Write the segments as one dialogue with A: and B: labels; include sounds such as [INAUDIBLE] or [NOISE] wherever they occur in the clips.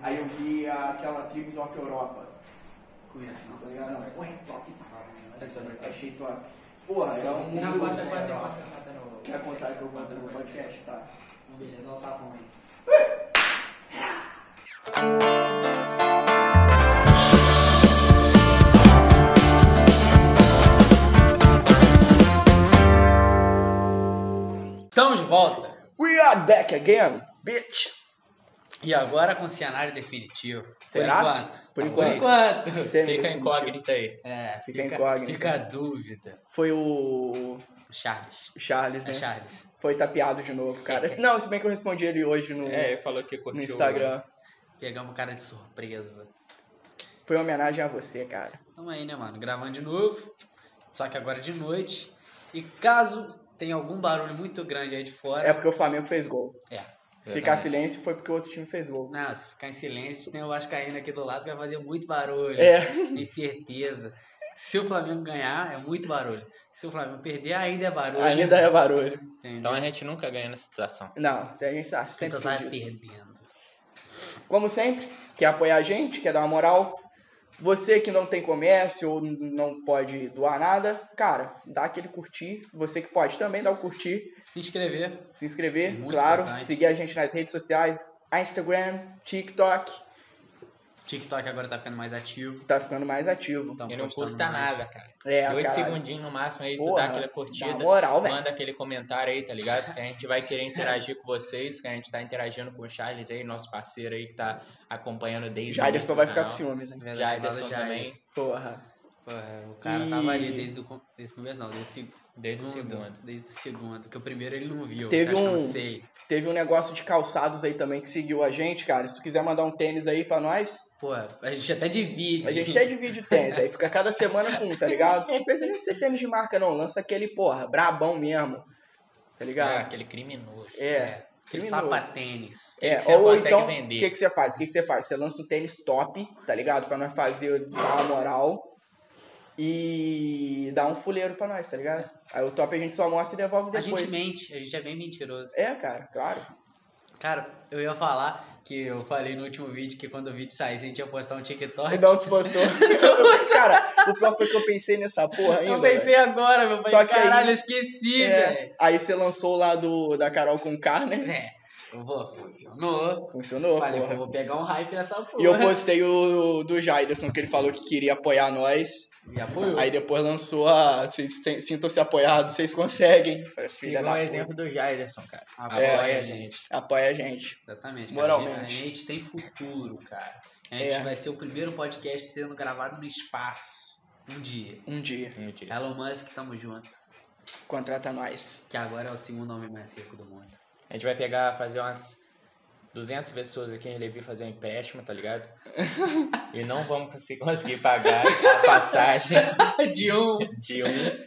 A: eu vi aquela Tribes of Europa.
B: Conheço, não.
A: Tá ligado?
B: Não,
A: Pô,
B: essa-
A: é top pra caralho.
B: Essa é
A: né?
B: verdade.
A: Achei top. Porra, é um
B: Não,
A: mundo...
B: conta, conta, conta,
A: Quer contar que eu conto
B: Conta
A: no
B: no
A: podcast, tá?
B: Não, beleza, não tá bom aí. Estamos de volta!
A: We are back again, bitch!
B: E agora com o cenário definitivo.
A: Será? Por
B: Por
A: enquanto.
B: enquanto. Por enquanto.
C: Fica
A: Semi-definitivo.
C: incógnita aí.
B: [LAUGHS] É,
A: Fica
B: fica,
A: incógnito.
B: Fica a dúvida.
A: Foi o
B: Charles.
A: Charles, né?
B: É Charles.
A: Foi tapeado de novo, cara. Não, se bem que eu respondi ele hoje no,
C: É, ele falou que
A: no
C: curtiu.
A: Instagram.
B: Pegamos o cara de surpresa.
A: Foi uma homenagem a você, cara.
B: Tamo aí, né, mano? Gravando de novo. Só que agora de noite. E caso tenha algum barulho muito grande aí de
A: É
B: fora.
A: porque o Flamengo fez gol.
B: É.
A: Se ficar silêncio, foi porque o outro time fez gol.
B: Não, se ficar em silêncio, tem o Vascaíno aqui do lado que vai fazer muito barulho.
A: É.
B: [LAUGHS] Tem certeza. Se o Flamengo ganhar, é muito barulho. Se o Flamengo perder, ainda é barulho.
A: Ainda é barulho.
B: Entendeu?
C: Então a gente nunca ganha nessa situação.
A: Não, a gente tá sempre.
B: Então sai
A: fudido.
B: perdendo.
A: Como sempre, quer apoiar a gente, quer dar uma moral. Você que não tem comércio ou n- não pode doar nada, cara, dá aquele curtir. Você que pode também dá o curtir,
B: Se inscrever.
A: se inscrever,
B: Muito
A: claro,
B: importante.
A: seguir a gente nas redes sociais, Instagram, TikTok,
B: TikTok agora tá ficando mais ativo.
A: tá ficando mais ativo.
B: Então,
C: E não
B: postando
C: custa
B: mais.
C: nada, cara.
A: É,
C: Dois
A: caralho.
C: segundinhos no máximo aí, tu
A: Porra,
C: dá aquela curtida.
A: dá moral, velho.
C: manda aquele comentário aí, tá ligado? Que a gente vai querer interagir com vocês, que a gente tá interagindo com o Charles aí, nosso parceiro aí que tá acompanhando desde o início
A: Jaderson
C: do
A: vai ficar com né?
C: canal.
A: ciúmes, hein?
B: Verdade,
C: Jaderson
B: fala Jair.
C: também,
A: Porra.
B: Porra, é, O cara
A: E-
B: tava ali desde o, com- desde o começo, não, desde o
C: desde o
B: segundo.
C: segundo.
B: Desde o segundo, porque o primeiro ele não viu.
A: Teve
B: você acha que eu
A: um-
B: não sei?
A: Teve um negócio de calçados aí também que seguiu a gente, cara. Se tu quiser mandar um tênis aí pra nós,
B: Pô, a gente até divide.
A: A gente
B: [LAUGHS]
A: até divide o tênis, aí fica cada semana com um, tá ligado? Não precisa nem ser tênis de marca, não. Lança aquele, porra, brabão mesmo. Tá
C: Ah,
A: ligado?
C: aquele criminoso.
A: É.
B: Aquele
A: criminoso.
B: sapatênis.
A: É,
C: que você
A: ou
C: consegue
A: então, o
C: vender.
A: que, que você faz? O que, que você faz? Você lança um tênis top, tá ligado? Pra nós fazer, dar uma moral e dar um fuleiro pra nós, tá ligado? Aí o top a gente só mostra e devolve
B: A gente
A: depois.
B: mente, a gente é bem mentiroso.
A: É, cara, claro.
B: Cara, eu ia falar que eu falei no último vídeo que quando o vídeo saísse a gente ia postar um TikTok.
A: Não te postou. cara, o pior foi que eu pensei nessa porra ainda.
B: eu pensei agora, meu pai.
A: Só que aí-
B: Caralho, eu esqueci,
A: velho.
B: velho.
A: É, aí você lançou lá do, da Carol com K, né?
B: É, eu vou, funcionou.
A: Funcionou,
B: Falei,
A: porra.
B: pô, eu vou pegar um hype nessa porra.
A: E eu postei o do Jaiderson, que ele falou que queria apoiar nós.
B: E apoiou.
A: Aí depois lançou a. Vocês tem- sintam-se apoiados, vocês conseguem. Falei, filha
C: Siga
A: da
C: o
A: puta.
C: exemplo do Jaderson, cara.
B: Apoia
A: É,
B: a gente.
A: Apoia a gente.
B: Exatamente.
A: Moralmente.
B: Cara, a gente- a gente tem futuro, cara. A gente
A: É.
B: vai ser o primeiro podcast sendo gravado no espaço. Um dia.
A: Um dia.
C: Mentira.
B: Elon Musk, tamo junto.
A: Contrata nós.
B: Que agora é o segundo homem mais rico do
A: [LAUGHS]
B: mundo.
C: A gente vai pegar, fazer umas 200 pessoas aqui em Levi fazer um empréstimo, tá ligado? e não vamos conseguir, [LAUGHS] conseguir pagar a passagem
A: Ah,
B: De um.
C: de um.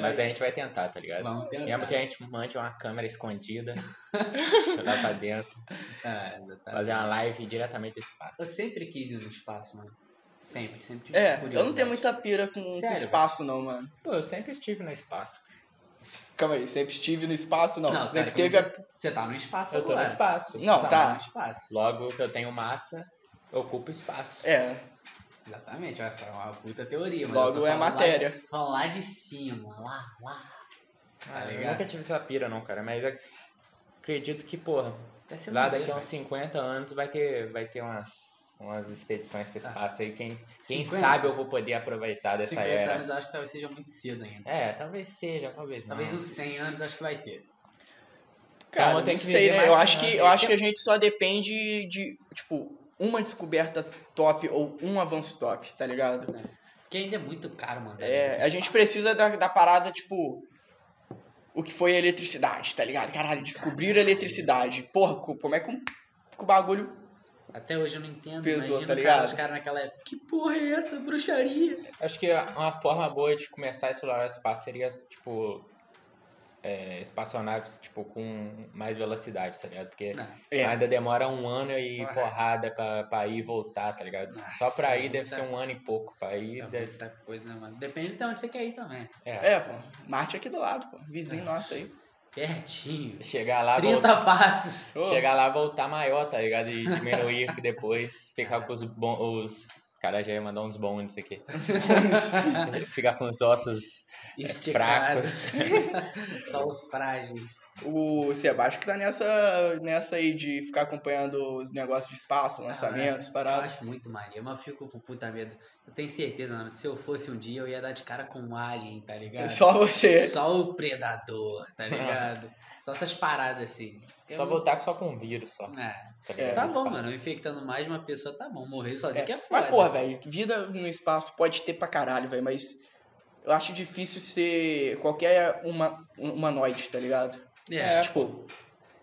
C: Mas a gente vai tentar, tá ligado?
B: Vamos tentar.
C: Lembra que a gente mande uma câmera escondida lá pra dentro,
B: É, exatamente.
C: fazer uma live diretamente do
B: Eu
C: espaço.
B: sempre quis ir no espaço, mano. Sempre, sempre tive
A: É, eu
B: curiosidade.
A: não tenho muita pira com, com
C: Sério,
A: espaço, não, mano.
C: Pô, eu sempre estive no espaço.
A: Calma aí, sempre estive no espaço, não.
B: Não,
A: Sempre
B: cara,
A: teve
B: como
A: a...
B: Você tá no espaço
C: Eu tô no
B: agora.
C: espaço.
A: Não,
B: Tá,
A: tá.
B: no espaço.
C: Logo que eu tenho massa, eu ocupo espaço.
A: É,
B: Exatamente, olha só, é uma puta teoria. Mas
A: Logo
B: eu tô
A: é
B: falando lá
A: matéria.
B: de- Falando lá de cima, lá, lá. Tá
C: Ah, eu
B: ligado?
C: nunca tive essa pira, não, cara, mas ac- acredito que, porra,
B: Até ser
C: Lá
B: maneiro,
C: daqui a
B: velho.
C: uns 50 anos vai ter, vai ter umas, umas expedições
B: Ah.
C: pra espaço aí. Quem, quem
B: 50?
C: sabe eu vou poder aproveitar dessa
B: 50
C: era.
B: anos eu acho que talvez seja muito cedo ainda.
C: É, talvez seja, talvez não.
A: Ah,
B: Talvez uns 100 anos acho que vai ter.
A: cara,
C: vou ter
A: não
C: que
A: sei,
C: viver
A: né?
C: mais
A: Eu
C: um
A: acho,
C: ano
A: que,
C: aí.
A: eu acho que a gente só depende de, tipo, uma descoberta top ou um avanço top, tá ligado?
B: Porque ainda é muito caro, mano.
A: É, a gente precisa da, da parada, tipo. O que foi a eletricidade, tá ligado? Caralho, descobriram a eletricidade. Porra, co- como é que, um- que o bagulho.
B: Até hoje eu não entendo.
A: Pesou,
B: Imagina
A: tá
B: o
A: ligado?
B: cara, os caras naquela época. Que porra é essa? Bruxaria.
C: Acho que uma forma boa de começar a explorar o espaço seria, tipo, é, espaçonaves, tipo, com mais velocidade, tá ligado? Porque
B: Não.
A: É.
C: ainda demora um ano e
B: Porra.
C: porrada pra, pra ir e voltar, tá ligado?
B: Nossa,
C: Só pra ir
B: muita-
C: deve ser um ano e pouco, pra ir
B: É
C: deve ser...
B: muita coisa, né, mano? Depende de onde você quer ir também.
C: É,
A: É, pô. Marte é aqui do lado, pô. Vizinho nosso aí.
B: Pertinho.
C: Chegar
A: Ah,
C: lá,
B: 30 passos.
A: Ô.
C: Chegar lá, voltar maior, tá ligado? E diminuir que depois ficar com os bons. Os... Cara, já ia mandar uns bons aqui. [LAUGHS] ficar com os ossos.
A: É
B: Esticados. [LAUGHS] Só os frágeis.
A: O Sebastião que tá nessa, nessa aí de ficar acompanhando os negócios de espaço,
B: Ah,
A: lançamentos,
B: Eu
A: paradas.
B: acho muito maneiro, mas eu fico com puta medo. Eu tenho certeza, mano, se eu fosse um dia, eu ia dar de cara com um alien, tá ligado?
A: É Só Ah. você.
B: Só o predador, tá ligado? Só essas paradas assim. Eu
C: Só
B: não-
C: voltar só com um vírus só.
B: É.
C: Tá, ligado?
B: Tá
C: Os
B: bom,
C: passos.
B: mano. Infectando mais uma pessoa, tá bom. Morrer sozinho que é foda.
A: Mas, porra, velho, vida no espaço pode ter pra caralho, velho, mas eu acho difícil ser qualquer uma, uma noite, tá ligado?
B: É.
A: Tipo,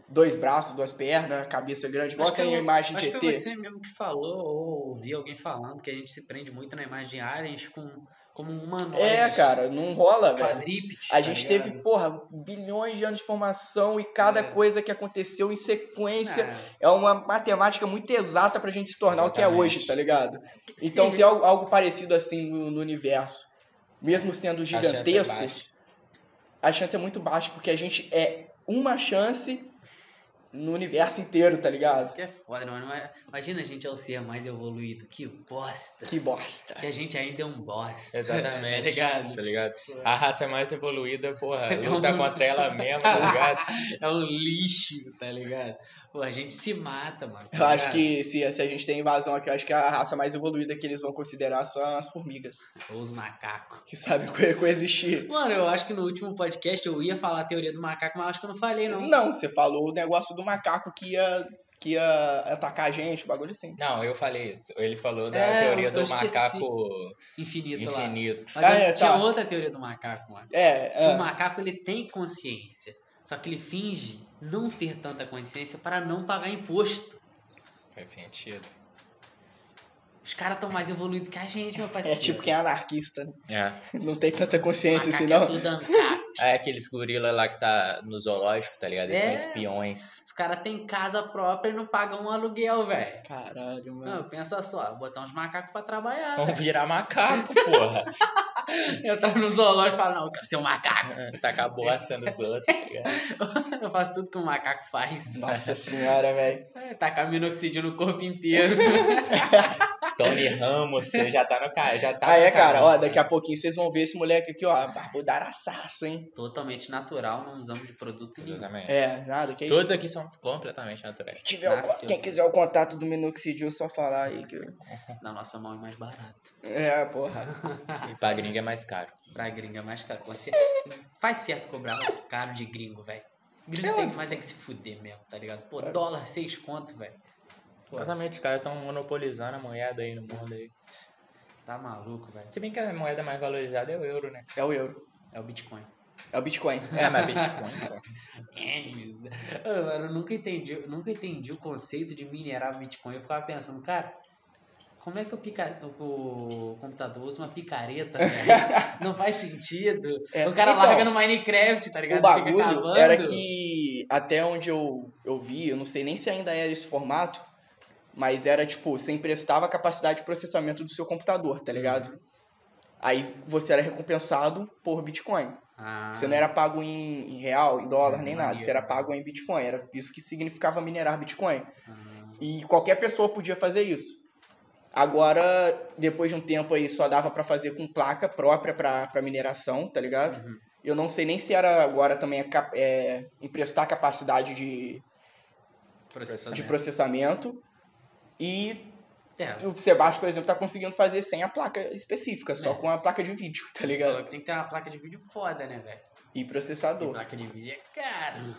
A: dois braços, duas pernas, cabeça grande, igual
B: Acho que
A: tem
B: eu-
A: a imagem de
B: Acho
A: ET.
B: que é você mesmo que falou, ou ouvi alguém falando, que a gente se prende muito na imagem de aliens com, como humanoides.
A: É, cara, não rola, velho.
B: Quadrípedes.
A: A
B: tá
A: gente
B: ligado?
A: teve, porra, bilhões de anos de formação e cada
B: É.
A: coisa que aconteceu em sequência
B: Ah,
A: é uma matemática muito exata pra gente se tornar o que é
C: Exatamente.
A: hoje, tá ligado? Então
B: Sim.
A: tem algo, algo parecido assim no, no universo. Mesmo sendo
C: A chance é
A: gigantesco,
C: baixa.
A: a chance é muito baixa, porque a gente é uma chance no universo inteiro, tá
B: Isso
A: ligado?
B: que é foda, mano. Mas Imagina a gente é o ser mais evoluído. Que bosta.
A: Que bosta.
B: Que a gente ainda é um bosta.
C: Exatamente.
B: [LAUGHS] tá ligado?
C: Tá ligado? A raça é mais evoluída, porra,
B: É
C: luta
B: um-
C: contra ela mesma, tá ligado?
B: É um lixo, tá ligado? Pô, a gente se mata, mano. tá
A: Eu acho
B: ligado?
A: que se, se a gente tem invasão aqui, eu acho que é a raça mais evoluída que eles vão considerar são as formigas,
B: Ou os macacos.
A: que sabem co- coexistir.
B: Mano, eu acho que no último podcast eu ia falar a teoria do macaco, mas acho que eu não falei, não.
A: Não, você falou o negócio do macaco que ia, que ia atacar a gente, o bagulho assim.
C: Não, eu falei isso. Ele falou da
B: É,
C: teoria
B: eu
C: do
B: esqueci.
C: macaco
B: Infinito, lá.
C: infinito.
B: Mas
A: Ah,
B: eu
A: é,
B: tinha
A: tá.
B: outra teoria do macaco, mano.
A: É,
B: O
A: é.
B: macaco, ele tem consciência. Só que ele finge não ter tanta consciência para não pagar imposto.
C: Faz sentido.
B: Os caras estão mais evoluídos que a gente, meu
A: é
B: parceiro.
A: tipo quem é anarquista, né? [LAUGHS]
C: É.
A: Não tem tanta consciência
B: assim?
A: assim,
B: Macaco é
A: não.
B: tudo ANCAP.
C: É aqueles gorila lá que tá no zoológico, tá ligado?
B: É.
C: Eles são espiões.
B: Os caras têm casa própria e não pagam um aluguel, velho.
A: Caralho, mano.
B: Não, pensa só, botar uns macacos pra trabalhar.
C: Vão virar macaco, porra.
B: velho. Entrar no zoológico e falar, não, eu quero ser um macaco.
C: Tacar bosta nos outros, tá ligado?
B: Eu faço tudo que um macaco faz. [LAUGHS]
A: Nossa senhora, velho.
B: É, tacar minoxidil no corpo inteiro.
C: Tony Ramos, você já tá no cara. Já tá
A: Aí,
C: no
A: é, cara, ó,
C: caminho.
A: daqui a pouquinho vocês vão ver esse moleque aqui, ó, barbudaraçaço, hein?
B: Totalmente natural, não usamos de produto nenhum.
C: Exatamente.
A: É, nada, que
C: Todos aqui são completamente naturais.
A: isso. Tiver o co-
B: Nasceu.
A: quem quiser o contato do Minoxidil, é só falar aí. Que...
B: Na nossa mão é mais barato.
A: É, porra.
C: E pra gringa é mais caro.
B: Pra gringa é mais caro. Você faz certo cobrar caro de gringo, velho. Gringo tem mais é que se fuder mesmo, tá ligado? Pô, dólar seis conto, velho. Pô,
C: Exatamente, os caras estão monopolizando a moeda aí no mundo aí.
B: tá maluco, velho.
C: Se bem que a moeda mais valorizada é o euro, né?
A: É o euro.
B: É o Bitcoin.
A: É o
B: [LAUGHS]
A: Bitcoin.
B: Tá
C: É, mas Bitcoin, pô.
B: é. Ô, mano, eu nunca entendi, eu nunca entendi o conceito de minerar Bitcoin. Eu ficava pensando, cara, como é que o, pica- o computador usa uma
A: [LAUGHS]
B: picareta, velho? Não faz sentido.
A: É,
B: o cara
A: então,
B: larga no Minecraft, tá ligado?
A: o
B: Fica
A: bagulho
B: cavando.
A: era que até onde eu, eu vi, eu não sei nem se ainda era esse formato, mas era tipo, você emprestava a capacidade de processamento do seu computador, tá
B: Uhum.
A: ligado? Aí você era recompensado por Bitcoin.
B: Ah,
A: Você não é era pago em em real, em dólar, nem nada.
B: maneiro.
A: Você era pago em Bitcoin. Era isso que significava minerar Bitcoin.
B: Ah.
A: E qualquer pessoa podia fazer isso. Agora, depois de um tempo aí, só dava pra fazer com placa própria pra pra mineração, tá ligado?
B: Uhum.
A: Eu não sei nem se era agora também é cap- é, emprestar capacidade de,
B: processamento.
A: de processamento. E
B: né? É,
A: o Sebastião, por exemplo, tá conseguindo fazer sem a placa específica, só
B: É.
A: com a placa de vídeo, [LAUGHS] tá
B: falou
A: ligado? Tá
B: que tem que ter uma placa de vídeo foda, né, velho?
A: E
B: E
A: processador.
B: placa de vídeo é caro.
A: Hum.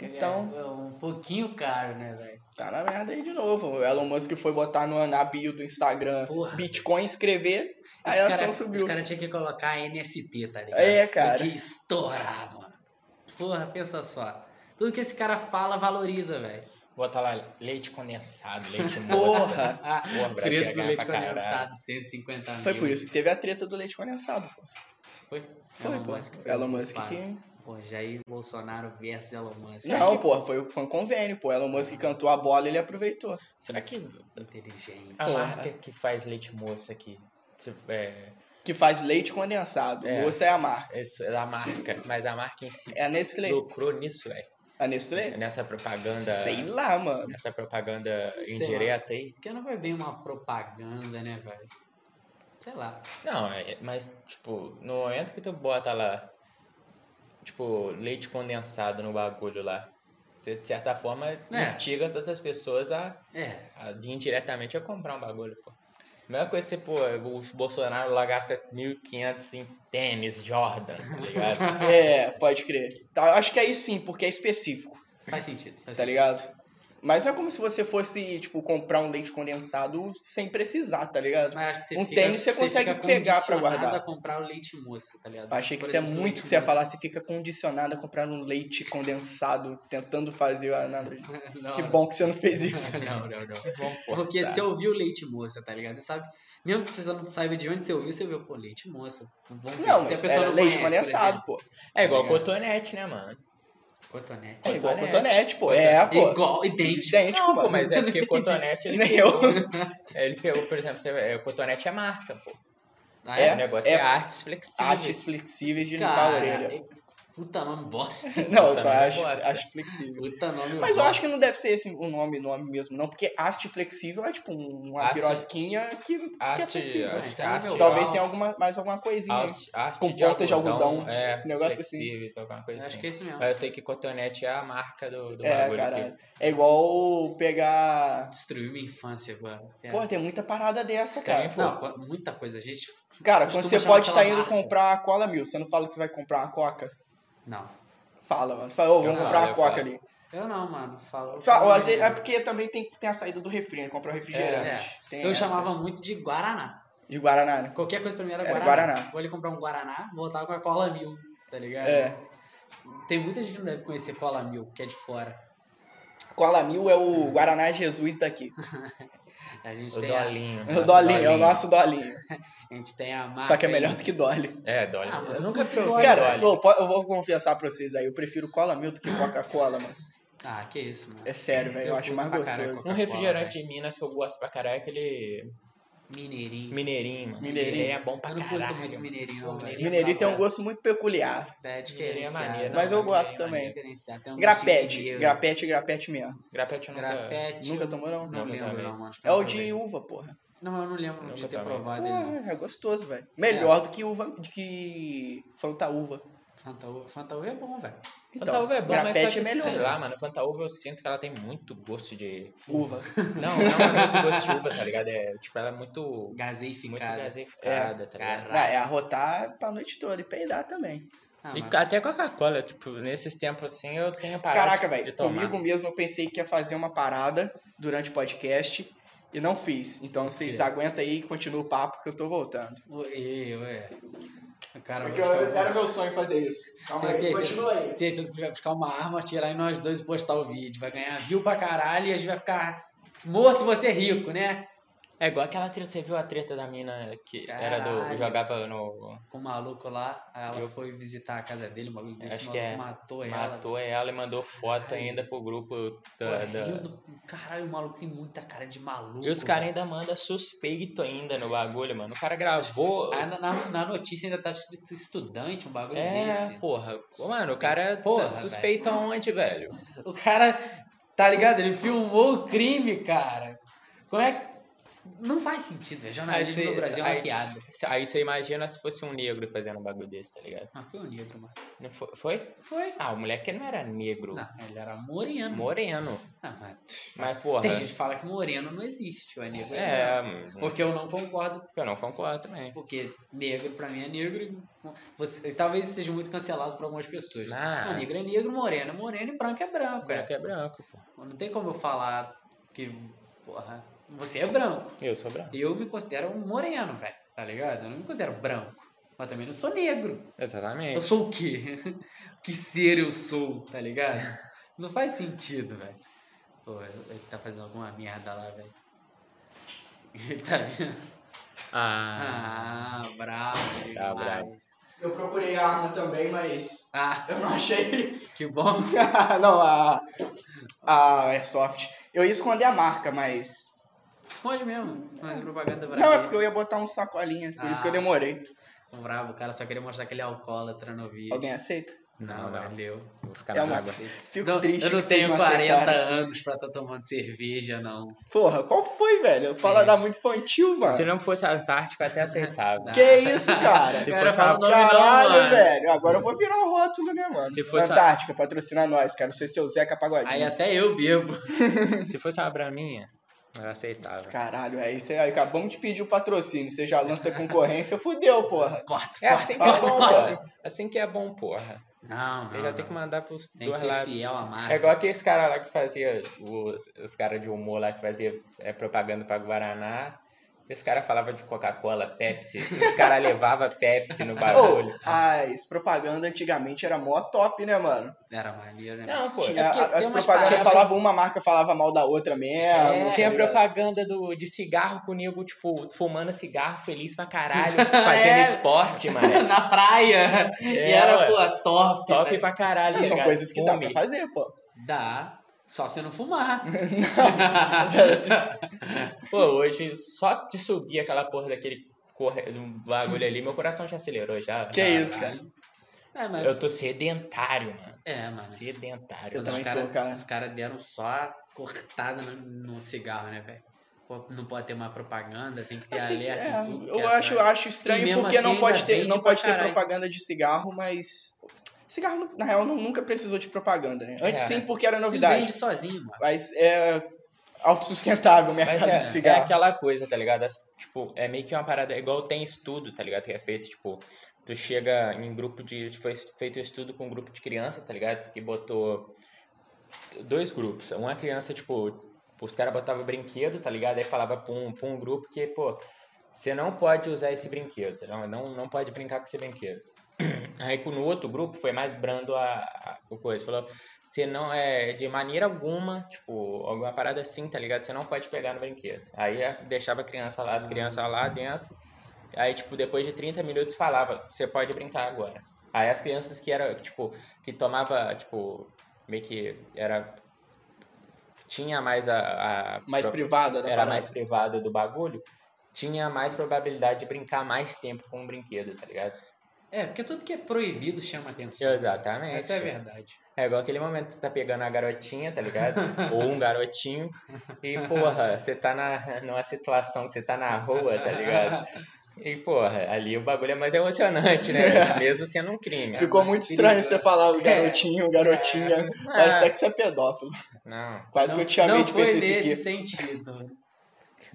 A: Então-
B: É um pouquinho caro, né, velho?
A: Tá na merda aí de novo. O Elon Musk foi botar no, na bio do Instagram
B: Porra.
A: Bitcoin, escrever, aí
B: Esse
A: a
B: cara,
A: ação
B: Os
A: subiu.
B: caras tinham que colocar NST, tá ligado?
A: É, cara.
B: De estourar, mano. Porra, pensa só. Tudo que esse cara fala valoriza, velho.
C: Bota lá leite condensado, leite moça.
A: Porra!
C: Porra,
B: Ah,
C: o Brasil ia
B: preço do
C: ganhar
B: leite
C: pra caralho.
B: condensado, 150 mil.
A: Ah, Foi por isso que teve a treta do leite condensado. pô.
B: Foi?
A: Foi,
B: Elon
A: pô.
B: Musk. Foi
A: Elon Musk
B: culpado.
A: que-
B: Pô, Jair Bolsonaro versus Elon Musk.
A: Não, porra, foi, foi um convênio, pô. Elon Musk cantou a bola ele aproveitou.
C: Será que
B: é Inteligente.
A: Ah.
C: a
A: Porra.
C: marca que faz leite moça aqui se- é,
A: que faz leite condensado.
C: É.
A: Moça é a marca.
C: Isso, é a marca. Mas a marca em si
A: É a Nestlé.
C: lucrou nisso, velho.
A: A Nestlé?
C: Nessa propaganda.
A: Sei lá, mano.
C: Nessa propaganda
B: Sei lá.
C: indireta aí.
B: Porque não foi bem uma propaganda, né, velho? Sei lá.
C: Não, é- mas, tipo, no momento que tu bota lá, tipo, leite condensado no bagulho lá, você, de certa forma, instiga todas as pessoas a,
B: É.
C: a indiretamente a comprar um bagulho, pô. A mesma coisa que você, pô, o Bolsonaro lá gasta 1.500 em tênis Jordan, tá [LAUGHS] ligado?
B: Ah.
A: É, pode crer. Tá, eu acho que aí sim, porque é específico,
B: Faz sentido.
A: tá
B: Faz sentido.
A: ligado? Mas não é como se você fosse, tipo, comprar um leite condensado sem precisar, tá ligado?
B: Mas acho que você
A: Um
B: fica-
A: tênis você consegue
B: fica
A: pegar pra
B: condicionado
A: guardar.
B: a comprar o leite moça, tá ligado?
A: Eu achei que
B: Por
A: isso é
B: exemplo, o
A: muito
B: leite
A: que você ia
B: moça-
A: falar, você fica condicionado a comprar um leite condensado, tentando fazer a analogia.
B: [LAUGHS] Não,
A: Que
B: não.
A: bom que você não fez
B: [LAUGHS]
A: isso.
B: Não, não, não.
C: Vamos
B: Porque
C: forçar.
B: você ouviu o leite moça, tá ligado? Você Sabe? Mesmo que você só não saiba de onde você ouviu, você ouviu, pô, leite moça. Vamos ver.
A: Não,
B: Se a
A: mas
B: pessoa
A: era
B: não
A: leite
B: conhece, por
A: condensado,
B: exemplo.
A: pô.
C: É igual cotonete, né, mano?
B: Cotonete.
A: É igual
C: Cotonete.
A: cotonete, pô. É, pô.
B: Igual, idêntico.
A: Idêntico,
C: Não, pô,
A: mano.
C: mas [LAUGHS] é porque cotonete, ele
A: Nem eu.
C: pegou, [LAUGHS] ele pegou, por exemplo, você, é, cotonete é marca, pô.
B: Ah,
A: É,
C: o negócio é,
A: é-
C: artes flexíveis.
A: Hastes flexíveis de limpar a
B: Cara, é
A: orelha.
B: Puta nome bosta.
A: [LAUGHS] Não, eu só
C: Puta,
A: acho,
C: não gosto.
A: acho flexível.
B: Puta nome
A: Mas
B: bosta.
A: eu acho que não deve ser esse o nome, nome mesmo, não, porque haste flexível é tipo um- uma
C: Haste.
A: pirosquinha que, que é
C: Haste,
A: flexível.
C: acho
B: né?
C: que
B: Então,
C: haste
B: meu,
A: Talvez
C: de
A: tenha alguma, mais alguma coisinha.
C: haste- haste
A: com pontas de algodão,
C: É,
A: um negócio assim.
C: flexíveis, alguma coisa
B: Eu
C: assim.
B: Acho que é isso mesmo.
C: Mas eu sei que cotonete é a marca do, do
A: é,
C: bagulho
A: cara.
C: aqui.
A: É igual pegar.
B: Destruiu minha infância agora. Piada.
A: Pô, tem muita parada dessa, cara.
C: Tem, pô.
B: Não, co- muita coisa, gente.
A: Cara,
B: Costuma
A: quando você
B: chamar
A: pode estar
B: aquela
A: indo
B: marca.
A: comprar a cola mil, você não fala que você vai comprar uma coca?
B: Não.
A: Fala, mano. Fala, ô, vamos
C: falo,
A: comprar uma
C: eu
A: coca
C: falo.
A: ali.
B: Eu não, mano. Fala.
A: Fala, ó, às vezes- é porque também tem, tem a saída do refri, né? Comprar um refrigerante.
B: É.
A: Tem
B: eu
A: essa.
B: chamava muito de Guaraná.
A: De Guaraná, né?
B: Qualquer coisa pra mim era
A: Era
B: Guaraná.
A: Guaraná.
B: Vou ali comprar um Guaraná, voltava com a Cola Mil, tá ligado?
A: É.
B: Tem muita gente que não deve conhecer Cola Mil, que é de fora.
A: Cola mil é o Guaraná Jesus daqui.
B: A gente,
C: O
B: tem a,
C: dolinho.
A: O
C: nosso
A: Dolinho, é o nosso Dolinho.
B: a gente tem a marca.
A: Só que é
B: aí.
A: melhor do que Dolly.
C: É, dolinho.
B: Ah, mano,
C: eu nunca provei
A: Cara,
C: dolinho.
A: pô, po- eu vou confessar pra vocês aí, eu prefiro cola mil do que Coca-Cola, mano.
B: Ah, que isso, mano.
A: É sério, velho, eu
B: Eu
A: acho
B: curto
A: mais
B: pra caralho
A: gostoso.
C: Um refrigerante em Minas que eu gosto pra caralho é aquele
B: Mineirinho.
C: mineirinho, mano.
A: Mineirinho.
C: é bom pra
B: Eu não
C: caralho. é
B: curto muito mineirinho, não, velho.
A: Mineirinho tem um gosto muito peculiar.
B: É
C: né? Mineirinho é
B: diferenciado.
C: maneiro.
A: Mas eu
C: Mineirinho
A: gosto
C: é
A: também.
C: maneiro.
B: Diferenciado. Tem um gostinho de
A: Grapete,
B: mineiro.
A: grapete, grapete mesmo.
C: Grapete eu nunca...
B: Grapete.
A: Nunca
B: eu
A: tomou, não?
B: Não
C: É. Nunca
B: lembro,
C: tomei.
B: não, mano. Acho que
A: É o
B: nunca
A: de
B: tomei.
A: uva, porra.
B: Não, eu não lembro de ter
C: Nunca tomei.
B: provado ele. Ah, não.
A: Ah, é gostoso, velho. Melhor do que uva, do que Fanta uva.
B: Fanta uva- Fanta uva é bom, velho.
A: Então,
C: Fanta uva é bom, mas
A: grapete
C: só que,
A: é melhor.
C: sei lá, mano, Fanta uva eu sinto que ela tem muito gosto de...
A: Uva.
C: Não, não é muito gosto de uva, tá ligado? É, tipo, ela é muito... Muito
B: Gaseificada.
A: é,
C: gaseificada, tá ligado?
A: Ah, é arrotar pra noite toda e peidar também.
B: Ah,
C: E
B: mano,
C: até Coca-Cola, tipo, nesses tempos assim eu tenho parado
A: Caraca,
C: de-
A: velho,
C: de tomar.
A: comigo mesmo eu pensei que ia fazer uma parada durante o podcast e não fiz. Então vocês
C: quê?
A: aguentam aí e continua o papo que eu tô voltando.
B: Ué, ué. O cara vai
A: Porque
B: buscar
A: É eu-
B: uma-
A: era meu sonho fazer isso. Calma
B: Tem
A: aí,
B: certeza-
A: continua aí.
B: Certeza que ele vai buscar uma arma, atirar em nós dois e postar o vídeo. Vai ganhar view pra caralho e a gente vai ficar morto, você é rico, né?
C: É igual aquela treta, você viu a treta da mina que era do.
B: Caralho.
C: jogava no.
B: Com o maluco lá, aí ela foi visitar a casa dele, o bagulho desse
C: acho que
B: maluco
C: é.
B: matou ela.
C: Matou ela e mandou foto ainda pro grupo
B: Pô,
C: da. da-
B: rindo do- Caralho, o maluco tem muita cara de maluco.
C: tá. E os caras ainda mandam suspeito ainda no bagulho, mano. O cara gravou.
B: velho. Aí na, na- na notícia ainda tava escrito estudante, um bagulho
C: É,
B: desse.
C: porra. Mano, o cara
B: Porra,
C: tá suspeito aonde, velho?
B: O cara, tá ligado? Ele filmou o crime, cara. Como é que. Não faz sentido, velho. Jornalismo
C: Aí cê-
B: no Brasil é
C: aí- tipo,
B: uma piada.
C: Aí você imagina se fosse um negro fazendo um bagulho desse, tá ligado?
B: Mas foi o negro, mano.
C: Não foi? foi?
B: Foi.
C: Ah, o moleque não era negro.
B: Não, ele era moreno.
C: Moreno.
B: Ah, mas-
C: Mas, porra.
B: Tem gente que fala que moreno não existe, o negro.
C: É,
B: não.
C: mano,
B: Porque eu não concordo.
C: eu não concordo também.
B: Porque negro pra mim é negro. e Você, talvez isso seja muito cancelado pra algumas pessoas.
C: Ah.
B: Ah, negro é negro, moreno é moreno e branco é branco. É.
C: Branco é branco, pô.
B: Não tem como eu falar que, porra, você é branco.
C: Eu sou branco.
B: Eu me considero um moreno, velho, tá ligado? Eu não me considero branco. Mas também não sou negro. Eu
C: Exatamente.
B: sou o quê? [LAUGHS] que ser eu sou, tá ligado? Não faz sentido, velho. Pô, ele tá fazendo alguma merda lá, velho. Ele tá vendo?
C: Ah,
B: Ah, bravo
C: Tá bravo.
B: demais.
A: Eu procurei a arma também, mas
B: Ah,
A: eu não achei. [LAUGHS]
B: que bom.
A: não, a. A Airsoft. Eu ia esconder a marca, mas.
B: Esconde mesmo. Faz propaganda pra
A: Não, é
B: quê?
A: porque eu ia botar um sacolinha, por isso que eu
B: Ah.
A: demorei.
B: O Bravo, o cara só queria mostrar que ele é alcoólatra no vídeo.
A: Alguém aceita?
B: Não,
C: Não, não.
B: valeu.
C: Vou ficar
A: É
C: na
A: uma-
C: água.
A: Fico
B: Tá Não,
A: triste
B: eu não
A: que vocês
B: tenho
A: não
B: 40
A: aceitaram.
B: anos pra estar tomando cerveja, não.
A: Porra, qual foi, velho? Fala da muito infantil, mano.
C: Se não fosse a Antártica, até aceitava.
A: Que isso, cara?
C: Se
B: Cara,
C: fosse
B: fala o
C: uma-
B: Ah. nome não,
A: Caralho,
B: mano.
A: velho. Agora eu vou virar o rótulo, né, mano?
C: Se fosse a-
A: Antártica, patrocina nós, quero ser seu Zeca Pagodinho.
B: Aí é- até eu bebo. [LAUGHS]
C: Se fosse uma braminha, eu aceitava.
A: Caralho, aí você aí acabamos de pedir o patrocínio, você já lança a concorrência, [LAUGHS] fudeu, porra.
B: Corta,
C: É assim que é
A: Fala,
C: bom,
A: fala.
C: porra. Assim que é bom, porra.
B: Não, não.
C: Ele já
B: não.
C: tem que mandar pros
B: Tem que
C: dois
B: ser
C: lados.
B: fiel à marca.
C: É igual aqueles caras lá que fazia os, os caras de humor lá que fazia é, propaganda pra Guaraná. Esse cara falava de Coca-Cola, Pepsi. Os caras levava Pepsi no
A: Ô,
C: bagulho.
A: as propaganda antigamente era mó top, né, mano?
B: Era maneiro, né?
C: Não, [LAUGHS] pô. é
A: Tinha,
B: porque
A: a- as
B: tem umas
A: propagandas
B: paradas-
A: falavam uma marca, falava mal da outra mesmo.
B: É,
A: tá
C: Tinha
A: ligado?
C: propaganda do, de cigarro com o nego, tipo, fumando cigarro, feliz
A: [LAUGHS]
C: pra caralho, fazendo
B: É.
C: esporte, mano.
B: Na praia.
A: É,
B: e era,
C: ué.
B: pô, top.
C: Top
B: velho.
C: pra caralho,
A: Não,
C: tá
A: São
C: ligado?
A: coisas que dá pra
C: Fume.
A: fazer, pô.
B: Dá. Só se não
A: [LAUGHS]
B: fumar. [LAUGHS]
C: Pô, hoje, só de subir aquela porra daquele corre... um bagulho ali, meu coração já acelerou já.
A: Que
C: Caralho.
A: isso, cara.
B: É, mas...
C: Eu tô sedentário, mano.
B: É, mano.
C: Sedentário.
A: Eu
B: Mas
A: também
B: os cara,
A: tô, cara.
B: Os caras deram só a cortada no, no cigarro, né, velho? Pô, Não pode ter mais propaganda, tem que ter
A: Assim,
B: alerta.
A: é,
B: em tudo que
A: eu
B: é
A: acho,
B: atrás.
A: acho
B: E
A: estranho
B: mesmo
A: porque
B: assim
A: não
B: ainda
A: pode ter,
B: vende
A: não
B: pra
A: pode ter
B: caralho.
A: propaganda de cigarro, mas cigarro na real não- nunca precisou de propaganda, né? Antes
C: É.
A: sim porque era
B: Se
A: novidade,
B: vende sozinho, mano.
A: mas é autossustentável o mercado
C: Mas é,
A: de
C: é
A: cigarro.
C: aquela coisa, tá ligado? As- Tipo, é meio que uma parada, é igual tem estudo, tá ligado? Que é feito, tipo, tu chega em grupo de. Foi feito um estudo com um grupo de criança, tá ligado? Que botou dois grupos. Uma criança, tipo, os caras botavam brinquedo, tá ligado? Aí falava pra um, pra um grupo que, pô, você não pode usar esse brinquedo, não, não, não pode brincar com esse brinquedo. Aí com- no outro grupo foi mais brando a, a o coisa. Falou, você não é de maneira alguma, tipo, alguma parada assim, tá ligado? Você não pode pegar no brinquedo. Aí a- deixava a criança
A: Hum.
C: lá, as crianças lá dentro. Aí, tipo, depois de 30 minutos falava, você pode brincar agora. Aí as crianças que era, tipo, que tomava, tipo, meio que era. Tinha mais a. a
A: Mais
C: pro-
A: privada da
C: era
A: parada.
C: mais privada do bagulho, tinha mais probabilidade de brincar mais tempo com um brinquedo, tá ligado?
B: É, porque tudo que é proibido chama atenção.
C: Exatamente.
B: Essa é a verdade.
C: É igual aquele momento que você tá pegando a garotinha, tá ligado? Ou um garotinho. E, porra, você tá na, numa situação que você tá na rua, tá ligado? E, porra, ali o bagulho é mais emocionante, né? Mesmo sendo um crime.
A: Ficou
B: mais
A: muito estranho
B: perigoso. É.
A: você falar o garotinho, o garotinha. Parece
C: É.
A: até que você é pedófilo.
C: Não.
A: Quase
B: Não,
A: que eu te amei
B: não
A: de
B: foi
A: PC Siqueira.
B: nesse sentido.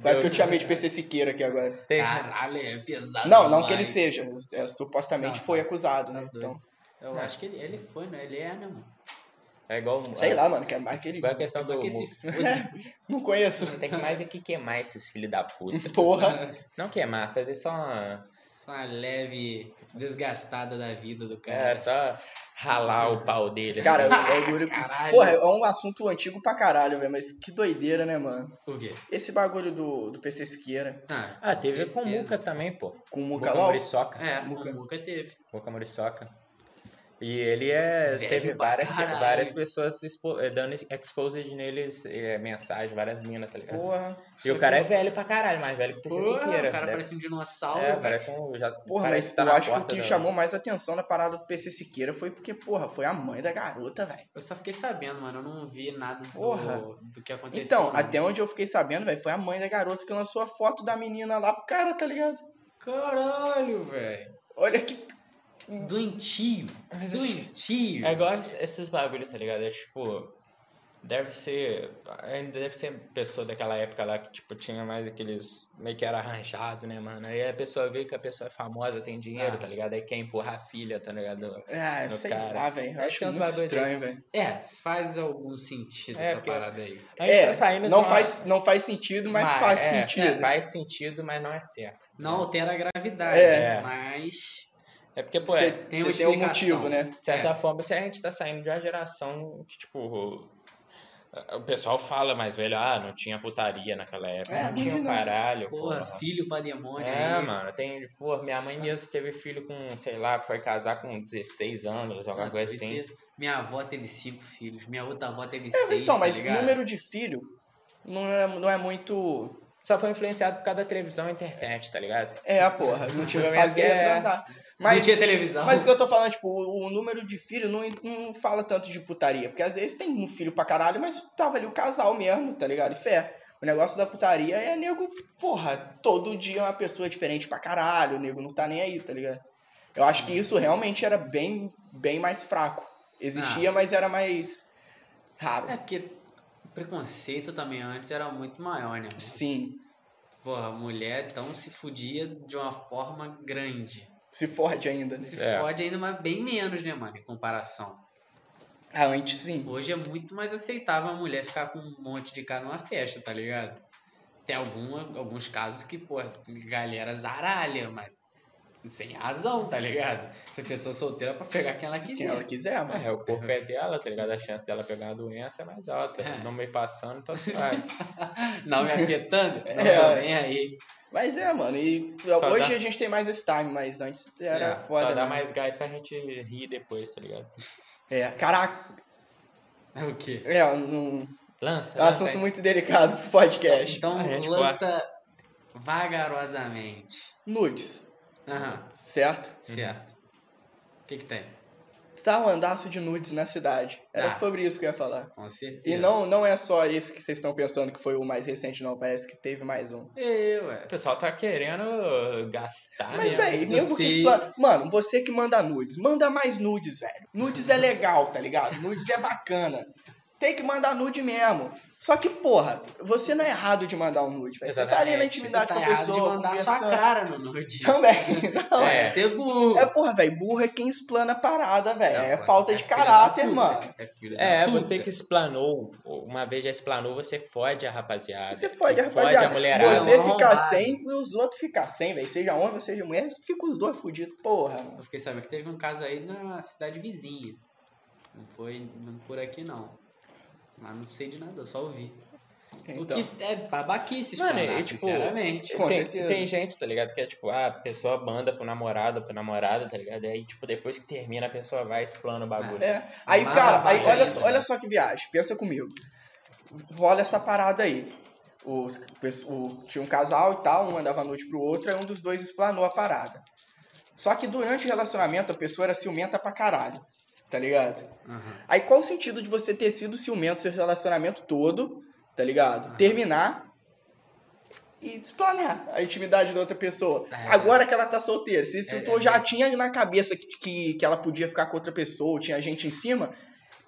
A: Quase que eu te amei de PC Siqueira aqui agora.
C: Tem-
B: Caralho, é pesado.
A: Não, não que ele
B: demais.
A: seja. é, supostamente
B: Não,
A: foi
B: tá.
A: acusado,
B: Tá
A: né?
B: doido.
A: Então,
B: Eu acho que ele, ele foi, né? Ele é, né, mano?
C: É igual.
A: sei lá, mano, quero mais que ele.
C: Igual a questão do.
B: Só que esse foda.
A: Não conheço. [LAUGHS]
C: Tem que mais é que queimar esses filhos da puta.
A: Porra.
C: Não queimar, fazer só uma.
B: Só uma leve desgastada da vida do
C: É,
B: cara.
C: só ralar o pau dele.
A: Cara,
C: assim.
A: o bagulho.
B: Caralho.
A: Porra, é um assunto antigo pra caralho, velho. Mas que doideira, né, mano?
B: O quê?
A: Esse bagulho do, do PC Siqueira
B: Ah,
C: Ah,
B: com
C: teve com
B: certeza.
C: Muca também, pô.
A: com o
C: Muca
A: Mucalau.
C: Muriçoca.
B: É,
A: Muca.
B: o Muca teve.
C: Muca Muriçoca. E ele é.
B: Velho
C: teve
B: pra
C: várias,
B: caralho.
C: várias pessoas se expo- eh, dando exposed neles, eh, mensagem, várias minas, tá ligado?
A: Porra.
C: e o cara é velho pra caralho, mais velho assim que o PC
B: Pô,
C: Siqueira.
B: o cara
C: Deve-
B: parece um dinossauro,
C: é,
B: velho.
C: parece um. Já,
A: Porra,
C: parece
A: mas
C: que tá
A: eu
C: na
A: acho que o
C: porta
A: que
C: da-
A: chamou mais atenção na parada do PC Siqueira foi porque, porra, foi a mãe da garota, velho.
B: Eu só fiquei sabendo, mano. Eu não vi nada do,
A: Porra.
B: do que aconteceu.
A: Então,
B: não.
A: até onde eu fiquei sabendo, velho, foi a mãe da garota que lançou a foto da menina lá pro cara, tá ligado?
B: Caralho, velho.
A: Olha que.
B: Doentio.
C: Mas eu acho-
B: Doentio.
C: É igual esses bagulho, tá ligado? É tipo. Deve ser. Ainda deve ser pessoa daquela época lá que, tipo, tinha mais aqueles. Meio que era arranjado, né, mano? Aí a pessoa vê que a pessoa é famosa, tem dinheiro,
B: Ah.
C: tá ligado? Aí quer empurrar a filha, tá ligado?
A: Ah, eu
C: No
A: sei
C: cara.
A: lá, velho. Eu
C: Deve
A: Acho
C: ter uns
A: muito
C: bagulho
A: estranho,
C: desse.
A: velho.
B: É, faz algum sentido
C: É,
B: essa
C: porque-
B: parada aí.
C: Aí
A: É,
C: tá saindo
A: não,
C: de uma-
A: faz, não faz sentido, mas
C: Mas,
A: faz
C: é,
A: sentido.
C: é, faz sentido, mas não é certo.
B: Não altera a gravidade, né?
A: É.
B: mas.
C: É porque, pô,
A: Você
C: é,
A: tem,
B: tem uma
A: um
B: explicação.
A: motivo, né?
C: de certa
B: É.
C: forma, se a gente tá saindo de uma geração que, tipo. o- O pessoal fala mais velho, ah, não tinha putaria naquela época,
A: É,
C: não tinha
A: não
C: um
A: tinha, não.
C: caralho,
B: Porra,
C: porra.
B: filho pra demônio
C: É,
B: aí.
C: mano, tem. Pô, minha mãe mesmo teve filho com, sei lá, foi casar com 16 anos,
B: Ah,
C: alguma coisa assim.
B: Tá Minha avó teve cinco filhos, minha outra avó teve
A: É,
B: seis.
A: então, mas
B: tá
A: o
B: ligado?
A: número de filho não é, não é muito
C: só foi influenciado por causa da televisão e internet, tá ligado?
A: É, porra, não tinha o que
C: Fazia-
A: fazer, é transar.
B: não
A: Mas,
B: tinha televisão.
A: mas o que eu tô falando, tipo, o, o número de filho não, não fala tanto de putaria. Porque às vezes tem um filho pra caralho, mas tava ali o casal mesmo, tá ligado? E fé. O negócio da putaria é nego, porra, todo dia é uma pessoa diferente pra caralho, o nego não tá nem aí, tá ligado? Eu acho que isso realmente era bem, bem mais fraco. Existia, mas era mais raro.
B: É porque o preconceito também antes era muito maior, né?
A: Sim.
B: Porra, a mulher então se fudia de uma forma grande.
A: Se fode ainda, né?
B: Se
C: É.
B: fode ainda, mas bem menos, né, mano, em comparação.
A: Ah, antes sim.
B: Hoje é muito mais aceitável a mulher ficar com um monte de cara numa festa, tá ligado? Tem alguma, alguns casos que, pô, galera zaralha, mas sem razão, tá ligado? Se a pessoa solteira é pra pegar quem ela
A: Quem
B: quiser.
A: ela quiser, mano.
C: É, o corpo é dela, tá ligado? A chance dela pegar uma doença é mais alta.
B: Uhum. É.
C: Não me passando, então sai.
B: Não me afetando, não
A: É.
B: tô nem aí.
A: Mas é, mano, e
C: Só
A: hoje
C: dá-
A: a gente tem mais esse time, mas antes era
B: É, só
A: foda.
C: Só dá
A: né?
C: mais gás pra gente rir depois, tá ligado?
A: É, caraca,
B: É o quê?
A: é um,
C: Lança,
A: é um
C: lança
A: assunto
C: aí.
A: muito delicado pro podcast.
B: Então
C: A gente
B: lança vagarosamente.
A: Nudes,
B: Aham,
A: certo?
B: certo. O que que tem?
A: Tá um andaço de nudes na cidade. Era
B: Tá.
A: sobre isso que eu ia falar.
B: Com
A: E
B: certeza.
A: não, não é só esse que vocês estão pensando que foi o mais recente, não. Parece que teve mais um.
B: Eu, ué.
C: O pessoal tá querendo gastar,
A: Mas,
C: né?
A: velho,
B: eu
A: nego que
B: sei.
A: explana. Mano, você que manda nudes, manda mais nudes, velho. Nudes é legal, tá ligado? Nudes é bacana. Tem que mandar nude mesmo. Só que, porra, você não é errado de mandar um nude, velho. Você tá ali na
C: Exatamente.
B: Você tá
A: intimidade com a
B: errado
A: pessoa.
B: de mandar sua
A: conversando.
B: cara no nude.
A: Também, não. É,
B: É, ser burro.
A: porra, velho, burro é quem explana a parada, velho.
B: Não,
A: É,
B: pô,
A: falta de
B: filha da
A: caráter,
B: puta.
A: mano.
B: É, filha
C: É,
B: da puta.
C: você que explanou, uma vez já explanou, você fode a rapaziada.
A: Você fode,
C: E
A: rapaziada.
C: a mulherada.
A: você
B: É um
A: ficar
B: arrombado.
A: sem e os outros ficar sem, velho. Seja homem, seja mulher, fica os dois fudidos, porra, mano.
B: Eu fiquei sabendo que teve um caso aí na cidade vizinha. Não foi não por aqui, não. Mas não sei de nada, eu só ouvi.
A: Então,
B: O que é babaquice,
C: Mano,
B: explanar,
C: e, tipo,
B: sinceramente.
A: com
C: tem,
A: certeza.
C: tem gente, tá ligado? Que é tipo, ah, a pessoa manda pro namorado, pro namorada, tá ligado? E aí, tipo, depois que termina, a pessoa vai explana o bagulho.
A: É. Aí,
B: Mas
A: cara, aí,
B: vai
A: olha,
B: ainda,
A: só,
C: né?
A: olha só que viagem. Pensa comigo. Rola essa parada aí. Os, pes- o- tinha um casal e tal, um mandava noite pro outro, aí um dos dois explanou a parada. Só que durante o relacionamento a pessoa era ciumenta pra caralho, tá ligado?
B: Aham.
A: Aí qual o sentido de você ter sido ciumento seu relacionamento todo, tá ligado? Terminar e desplanar a intimidade da outra pessoa.
B: É.
A: Agora que ela tá solteira, se, se
B: É,
A: tu
B: é,
A: já
B: é.
A: tinha na cabeça que, que, que ela podia ficar com outra pessoa, ou tinha gente em cima,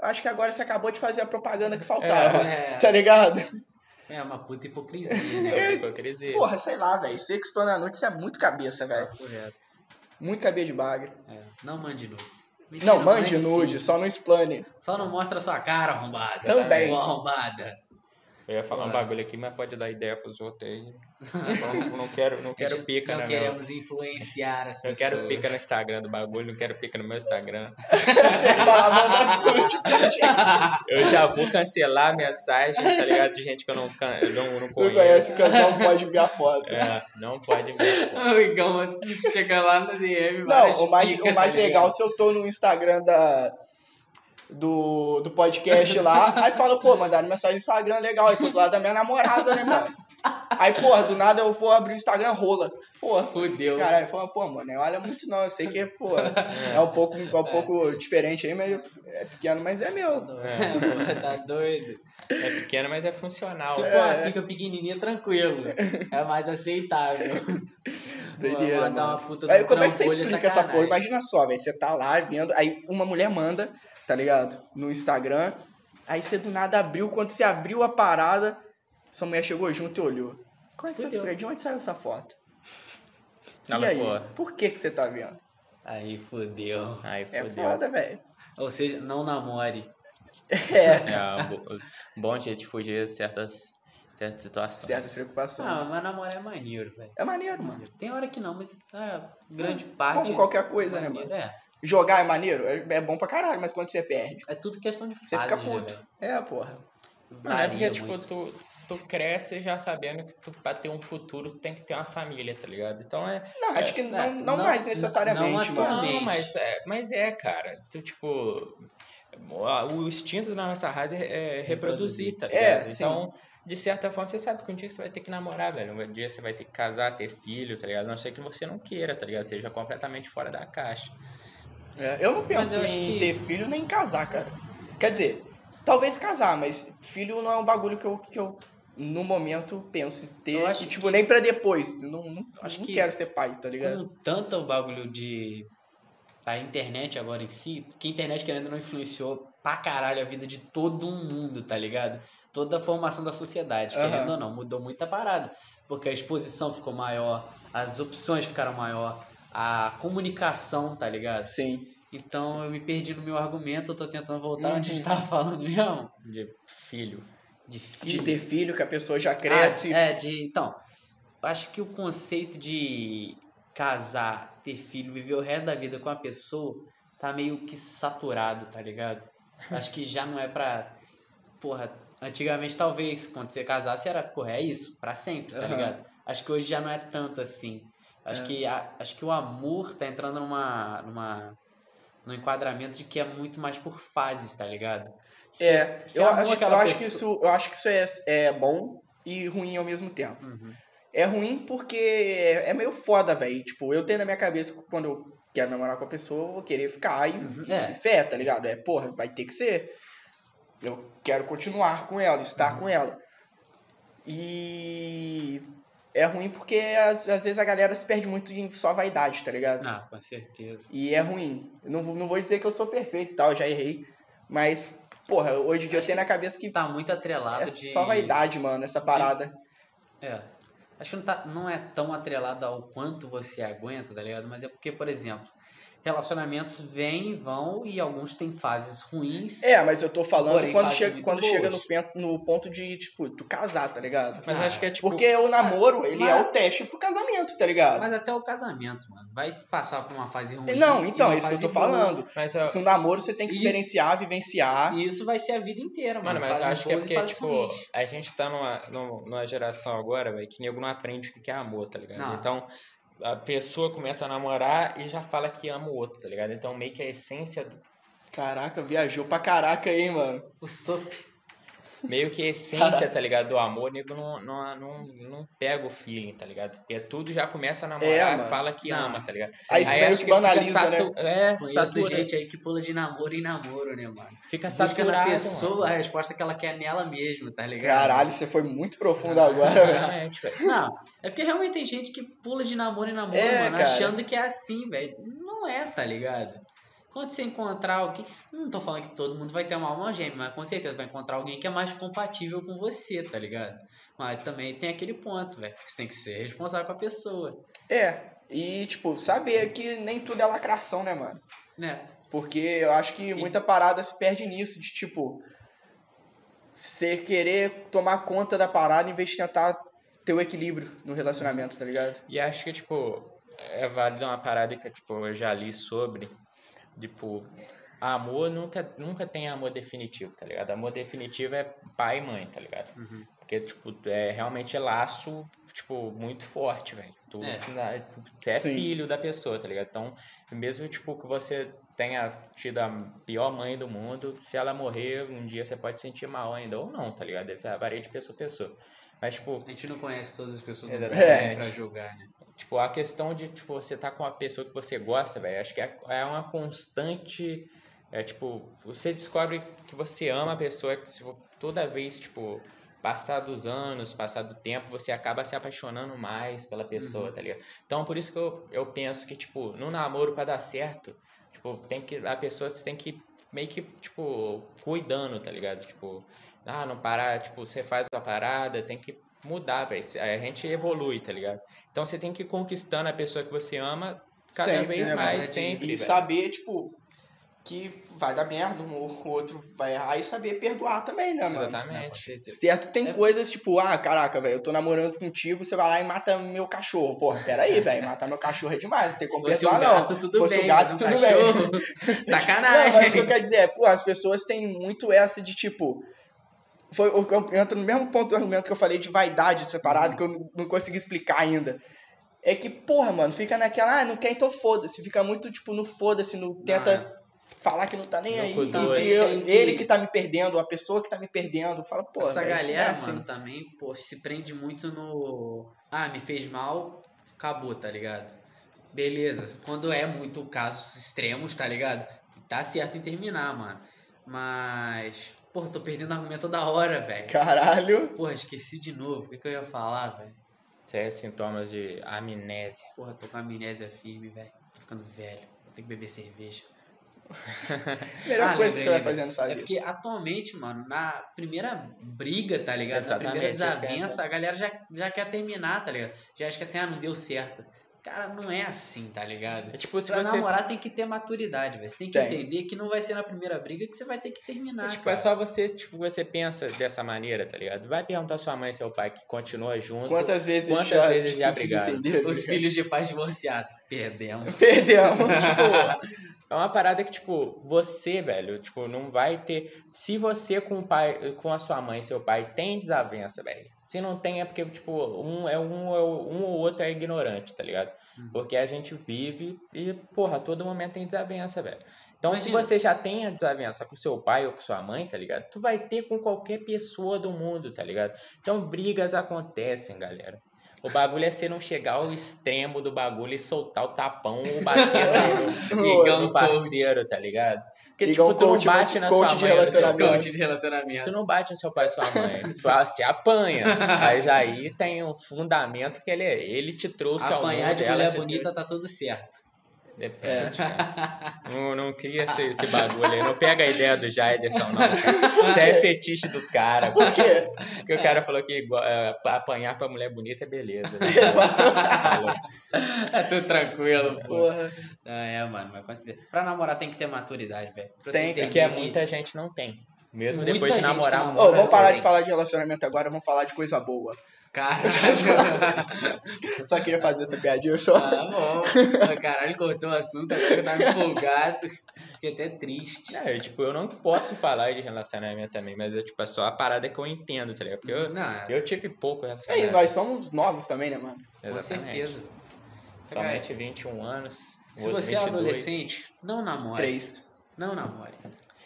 A: eu acho que agora você acabou de fazer a propaganda que faltava,
B: É,
A: [LAUGHS]
B: é.
A: tá ligado?
B: É uma puta hipocrisia,
A: [LAUGHS]
B: né?
C: É hipocrisia.
A: Porra, sei lá, velho, você que explana a noite, você é muito cabeça, velho.
B: Correto.
A: Muito cabeça de baga.
B: É, Não mande nudes. Mentira,
A: Não, mande nude,
B: sim.
A: só não explane. [LAUGHS]
B: Só não mostra sua cara arrombada.
A: Também.
B: Boa arrombada.
C: Eu ia falar um
B: Porra.
C: bagulho aqui, mas pode dar ideia pros outros [LAUGHS] aí. não, não quero, não quero pica,
B: Tipo, Não
C: né, meu?
B: queremos influenciar as
C: Não
B: pessoas.
C: quero pica no Instagram do bagulho, não quero pica no meu Instagram.
A: você fala, manda nude pra gente.
C: Eu já vou cancelar a mensagem, tá ligado? De gente que eu não, can- eu não, não
A: Não
C: conheço.
A: conhece, não pode ver a foto.
C: É, não pode mesmo. pô.
B: O Igão chega lá no DM.
A: Não,
B: várias
A: o mais,
B: picas,
A: o mais
B: tá ligado? [LAUGHS]
A: legal, se eu tô no Instagram da, do, do podcast lá, aí fala, pô, mandaram mensagem no Instagram, legal, aí tô do lado da minha namorada, né, mano? Aí, porra, do nada eu vou abrir o Instagram, rola. Porra,
B: Fudeu.
A: caralho, fala, pô, mano, olha muito não, eu sei que, pô, é um pouco, é um pouco diferente aí, mas é pequeno, mas é meu.
B: É, porra, tá doido.
C: É pequeno, mas é funcional.
B: Se for uma pica pequenininha, tranquilo. É mais aceitável.
A: Doideira, né,
B: mandar
A: mano.
B: uma puta do
A: Aí, como é que você
B: trambolho,
A: explica essa porra?
B: sacanagem.
A: Imagina só, velho. Você tá lá vendo, aí uma mulher manda, tá ligado? No Instagram. Aí você do nada abriu. Quando você abriu a parada, sua mulher chegou junto e olhou. Como é que você, de onde saiu essa foto?
C: Não,
A: e
C: mas
A: aí?
C: pô.
A: Por que, que você tá vendo?
B: Aí fudeu.
C: Aí
A: É
C: fodeu.
A: foda, velho. [LAUGHS]
B: Ou seja, não namore.
A: É.
C: É um bo- um bom jeito de fugir de certas, certas situações.
A: Certas
B: Ah,
A: preocupações.
B: mas namorar é maneiro, velho.
A: É maneiro, mano.
B: Tem hora que não, mas a grande parte.
A: Como qualquer coisa, né,
B: maneiro,
A: mano?
B: É.
A: Jogar é maneiro? É é bom pra caralho, mas quando você perde,
B: É tudo questão de fase,
A: você fica
B: né,
A: puto.
B: velho?
A: É, porra.
C: Não é porque,
B: Varia
C: tipo,
B: muito.
C: tu, tu cresce já sabendo que tu, pra ter um futuro tu tem que ter uma família, tá ligado? Então é.
A: Não, acho que não, não,
B: não-
A: mais
B: não
A: necessariamente,
B: atual-
A: mano.
C: Não,
B: Realmente.
C: mas é, mas é, cara. Tu, tipo. O instinto da nossa raça é, é reproduzir, tá ligado?
A: É, sim.
C: então, de certa forma, você sabe que um dia você vai ter que namorar, velho. Um dia você vai ter que casar, ter filho, tá ligado? A não ser que você não queira, tá ligado? Seja completamente fora da caixa.
A: É, eu não
B: Mas
A: penso
B: eu acho
A: em
B: que-
A: ter filho nem em casar, cara. Quer dizer, talvez casar, mas filho não é um bagulho que eu, que eu no momento, penso em ter.
B: Eu acho
A: e, tipo, nem pra depois. Eu Não, não,
B: Acho
A: não
B: que- Hum.
A: quero ser pai, tá ligado?
B: Com tanto é o bagulho de. A internet agora em si, que a internet querendo ou não influenciou pra caralho a vida de todo mundo, tá ligado? Toda a formação da sociedade,
A: Aham.
B: querendo ou não, mudou muita parada. Porque a exposição ficou maior, as opções ficaram maior, a comunicação, tá ligado?
A: Sim.
B: Então eu me perdi no meu argumento, eu tô tentando voltar onde a gente
A: Uhum.
B: tava falando mesmo.
C: De filho.
B: De
A: De
B: filho.
A: ter filho, que a pessoa já cresce.
B: Ah, é, de. Então, acho que o conceito de casar, ter filho, viver o resto da vida com a pessoa, tá meio que saturado, tá
A: [LAUGHS]
B: ligado? Acho que já não é pra. Porra, antigamente talvez, quando você casasse, era, porra, é isso, pra sempre, tá
A: Aham.
B: ligado? Acho que hoje já não é tanto assim. Acho,
A: É.
B: que, a- acho que o amor tá entrando numa, numa, num enquadramento de que é muito mais por fases, tá ligado? Você-
A: É,
B: você
A: eu
B: amou
A: acho,
B: aquela
A: eu acho que
B: pessoa-
A: isso, eu acho que isso é, é bom e ruim ao mesmo tempo.
B: Uhum.
A: É ruim porque é, é meio foda, velho. Tipo, eu tenho na minha cabeça que quando eu quero namorar com a pessoa, eu vou querer ficar e,
B: Uhum,
A: e-
B: é.
A: e fé, tá ligado? É, porra, vai ter que ser. Eu quero continuar com ela, estar
B: Uhum.
A: com ela. E é ruim porque às, às vezes a galera se perde muito em só vaidade, tá ligado?
B: Ah, com certeza.
A: E é ruim. Eu não, vou- não vou dizer que eu sou perfeito e tal, já errei. Mas, porra, hoje em dia eu tenho na cabeça que
B: tá muito atrelado
A: é
B: de.
A: só vaidade, mano, essa parada.
B: É. Acho que não, tá, não é tão atrelado ao quanto você aguenta, tá ligado? Mas é porque, por exemplo, relacionamentos vêm e vão e alguns têm fases ruins.
A: É, mas eu tô falando
B: Porém,
A: quando
B: fazem
A: chega,
B: muito
A: quando chega no,
B: boas.
A: pen- no ponto de, tipo, tu casar, tá ligado?
C: Mas
B: Ah,
C: acho que é tipo.
A: Porque o namoro, ele
B: mas-
A: é o teste pro casamento, tá ligado?
B: Mas até o casamento, mano. Vai passar por uma fase ruim.
A: Não, então,
B: e uma
A: é isso que eu tô
B: fase boa. Então,
A: falando. tá?
C: Mas eu,
A: Se um namoro, você tem que
B: E-
A: experienciar, vivenciar.
B: E isso vai ser a vida inteira, mano.
C: Mano, mas eu
B: Fases
C: acho que é
B: boas e
C: porque,
B: fases
C: tipo,
B: ruins.
C: a gente tá numa, num- numa geração agora, velho, que nego não aprende o que que é amor, tá ligado?
B: Não.
C: Então, a pessoa começa a namorar e já fala que ama o outro, tá ligado? Então, meio que a essência, do-
A: Caraca, viajou pra caraca aí, mano.
B: O sop.
C: meio que a essência, tá ligado, do amor, nego não, não, não, não pega o feeling, tá ligado? Porque tudo já começa
A: É,
C: a namorar
A: mano.
C: e fala que
B: Não.
C: ama, tá ligado?
A: Aí meio que banaliza,
C: né? É,
B: Conheço
C: satura-
B: gente aí que pula de namoro em namoro, né, mano?
C: Fica
B: Busca na
C: saturado,
B: pessoa a
C: mano.
B: resposta é que ela quer nela mesmo, tá ligado?
A: Caralho, você foi muito
B: Ah.
A: profundo agora,
B: [LAUGHS]
A: velho.
C: Realmente, velho.
B: Não, é porque realmente tem gente que pula de namoro em namoro,
A: É,
B: mano,
A: cara.
B: achando que é assim, velho. Não é, tá ligado? Quando você encontrar alguém. Não tô falando que todo mundo vai ter uma alma gêmea, mas com certeza vai encontrar alguém que é mais compatível com você, tá ligado? Mas também tem aquele ponto, velho. Você tem que ser responsável com a pessoa,
A: É, e, tipo, saber que nem tudo é lacração, né, mano?
B: né?
A: Porque eu acho que muita parada se perde nisso, de tipo. Você querer tomar conta da parada em vez de tentar ter o equilíbrio no relacionamento, tá ligado?
C: E acho que, tipo, é válido uma parada que, tipo, eu já li sobre, tipo, amor nunca, nunca tem amor definitivo, tá ligado? Amor definitivo é pai e mãe, tá ligado? Porque, tipo, é realmente é laço, tipo, muito forte, velho. Tu,
B: É.
C: na- você é
A: Sim.
C: filho da pessoa, tá ligado? Então, mesmo, tipo, que você tenha tido a pior mãe do mundo, se ela morrer, um dia você pode sentir mal ainda, ou não, tá ligado? Varia de pessoa a pessoa. Mas, tipo,
B: A gente não conhece todas as pessoas do mundo
C: Exatamente.
B: né, pra julgar, né?
C: Tipo, a questão de tipo, você tá com uma pessoa que você gosta, velho, acho que é é uma constante. É tipo, você descobre que você ama a pessoa, que se vo- toda vez, tipo, passar dos anos, passar do tempo, você acaba se apaixonando mais pela pessoa,
A: Uhum.
C: tá ligado? Então, por isso que eu, eu penso que, tipo, no namoro, pra dar certo, tipo, tem que, a pessoa você tem que meio que, tipo, cuidando, tá ligado? Tipo, ah, não parar, tipo, você faz uma parada, tem que mudar, velho. A gente evolui, tá ligado? Então você tem que ir conquistando a pessoa que você ama cada
A: Sempre,
C: vez
A: né,
C: mais,
A: mano?
C: sempre.
A: E
C: velho.
A: saber, tipo, que vai dar merda, um ou outro vai errar e saber perdoar também, né, mano?
B: Não, com
C: Exatamente.
B: certeza.
A: Certo que tem
B: É.
A: coisas tipo, ah, caraca, velho, eu tô namorando contigo, você vai lá e mata meu cachorro. Pô, peraí, velho, matar meu cachorro é demais, não tem como
B: fosse
A: perdoar,
B: um
A: não.
B: gato, tudo
A: fosse
B: bem.
A: um gato,
B: mas
A: tudo bem.
B: cachorro,
A: [LAUGHS] Não, mas o
B: Sacanagem.
A: que eu quero dizer é, pô, as pessoas têm muito essa de tipo. Foi, eu, eu entro no mesmo ponto do argumento que eu falei de vaidade separado, que eu não- não consegui explicar ainda. É que, porra, mano, fica naquela, ah, não quer, então foda-se. Fica muito, tipo, no foda-se, no tenta
B: é.
A: falar que não tá nem
C: Não
A: aí.
C: cuidar,
A: e que
B: é.
A: eu- ele que tá me perdendo, a pessoa que tá me perdendo, fala, pô.
B: Essa
A: velho, não é
B: galera,
A: assim.
B: mano, também pô, se prende muito no. Ah, me fez mal, acabou, tá ligado? Beleza. Quando é muito casos extremos, tá ligado? Tá certo em terminar, mano. Mas. Pô, tô perdendo argumento toda hora, velho.
A: Caralho.
B: Porra, esqueci de novo. O que, que eu ia falar, velho?
C: Isso é sintomas de amnésia.
B: Porra, tô com a amnésia firme, velho. Tô ficando velho. Vou ter que beber cerveja.
A: Melhor
B: Ah,
A: coisa que
B: lembrei,
A: você vai
B: lembrei.
A: fazer no sua
B: É
A: vida.
B: porque atualmente, mano, na primeira briga, tá ligado? na primeira
C: Exatamente, isso que eu ia
B: desavença, a galera já, já quer terminar, tá ligado? Já acha que assim, ah, não deu certo. Cara, não é assim, tá ligado?
C: É tipo, se
B: pra
C: você.
B: namorar tem que ter maturidade, velho. Você tem que
A: Tem.
B: entender que não vai ser na primeira briga que você vai ter que terminar.
C: É, tipo,
B: né, cara.
C: é só você, tipo, você pensa dessa maneira, tá ligado? Vai perguntar sua mãe e seu pai que continua junto.
A: Quantas vezes
C: Quantas
A: já,
C: vezes já
A: se
C: brigaram?
A: desentenderam?
B: Os filhos de pais divorciados.
A: [LAUGHS]
B: Perdemos.
A: Perdemos.
B: [LAUGHS]
C: Tipo, é uma parada que, tipo, você, velho, tipo, não vai ter. Se você com o pai, com a sua mãe e seu pai tem desavença, velho. Se não tem, é porque, tipo, um é um, é o- um ou outro é ignorante, tá ligado? Porque a gente vive e, porra, a todo momento tem desavença, velho. Então,
B: Imagina.
C: se você já tem a desavença com seu pai ou com sua mãe, tá ligado? Tu vai ter com qualquer pessoa do mundo, tá ligado? Então, brigas acontecem, galera. O bagulho é você não chegar ao extremo do bagulho e soltar o tapão ou bater
A: [LAUGHS]
C: no,
A: Boa,
C: no
B: do coach.
C: parceiro, tá ligado? Porque,
A: Igual
C: tipo, tu não
A: coach-
C: bate na
A: coach
C: sua
A: de
C: mãe. ou no seu-
A: relacionamento.
B: Coach de relacionamento.
C: Tu não bate no seu pai e sua [LAUGHS] mãe. Só se apanha. Mas aí tem um fundamento que ele, é, ele te trouxe ao
B: Apanhar
C: mundo.
B: de
C: ela
B: mulher
C: te
B: bonita tá tudo certo.
C: Depende,
A: É.
C: cara. Não, não cria esse, esse bagulho aí. Não pega a ideia do Jaiderson, não. Cara.
A: [LAUGHS]
C: Isso é fetiche do cara.
A: Por quê?
C: Porque o cara falou que igual- é, pra apanhar pra mulher bonita é beleza.
A: [LAUGHS]
C: Né?
B: Tá tudo tranquilo, pô.
A: Porra.
B: Ah, é, mano, mas considera. Pra namorar tem que ter maturidade, velho. Pra você
A: Tem,
B: entender
C: Porque é
B: que-
C: muita gente não tem. Mesmo
B: É Muita
C: depois de
B: gente que
C: namorar.
B: namora.
A: Ô,
C: muita
A: vamos parar de
C: gente.
A: falar de relacionamento agora, vamos falar de coisa boa. [LAUGHS]
B: Caralho.
A: Só queria fazer essa piadinha só.
B: [LAUGHS] ah, bom. Ah, Caralho, cortou o assunto, agora eu tava empolgado. Fiquei até triste.
C: É, eu, tipo, eu não posso falar de relacionamento também, mas é, tipo, é só a parada que eu entendo, tá ligado? Porque eu,
B: Não, é,
C: eu tive pouco
A: E
C: relacionamento.
A: É nós somos novos também, né, mano?
B: com certeza. Cara,
C: Somente 21 anos. o
B: se
C: outro
B: você é
C: 22.
B: adolescente, não namore.
A: Três.
B: Não namore.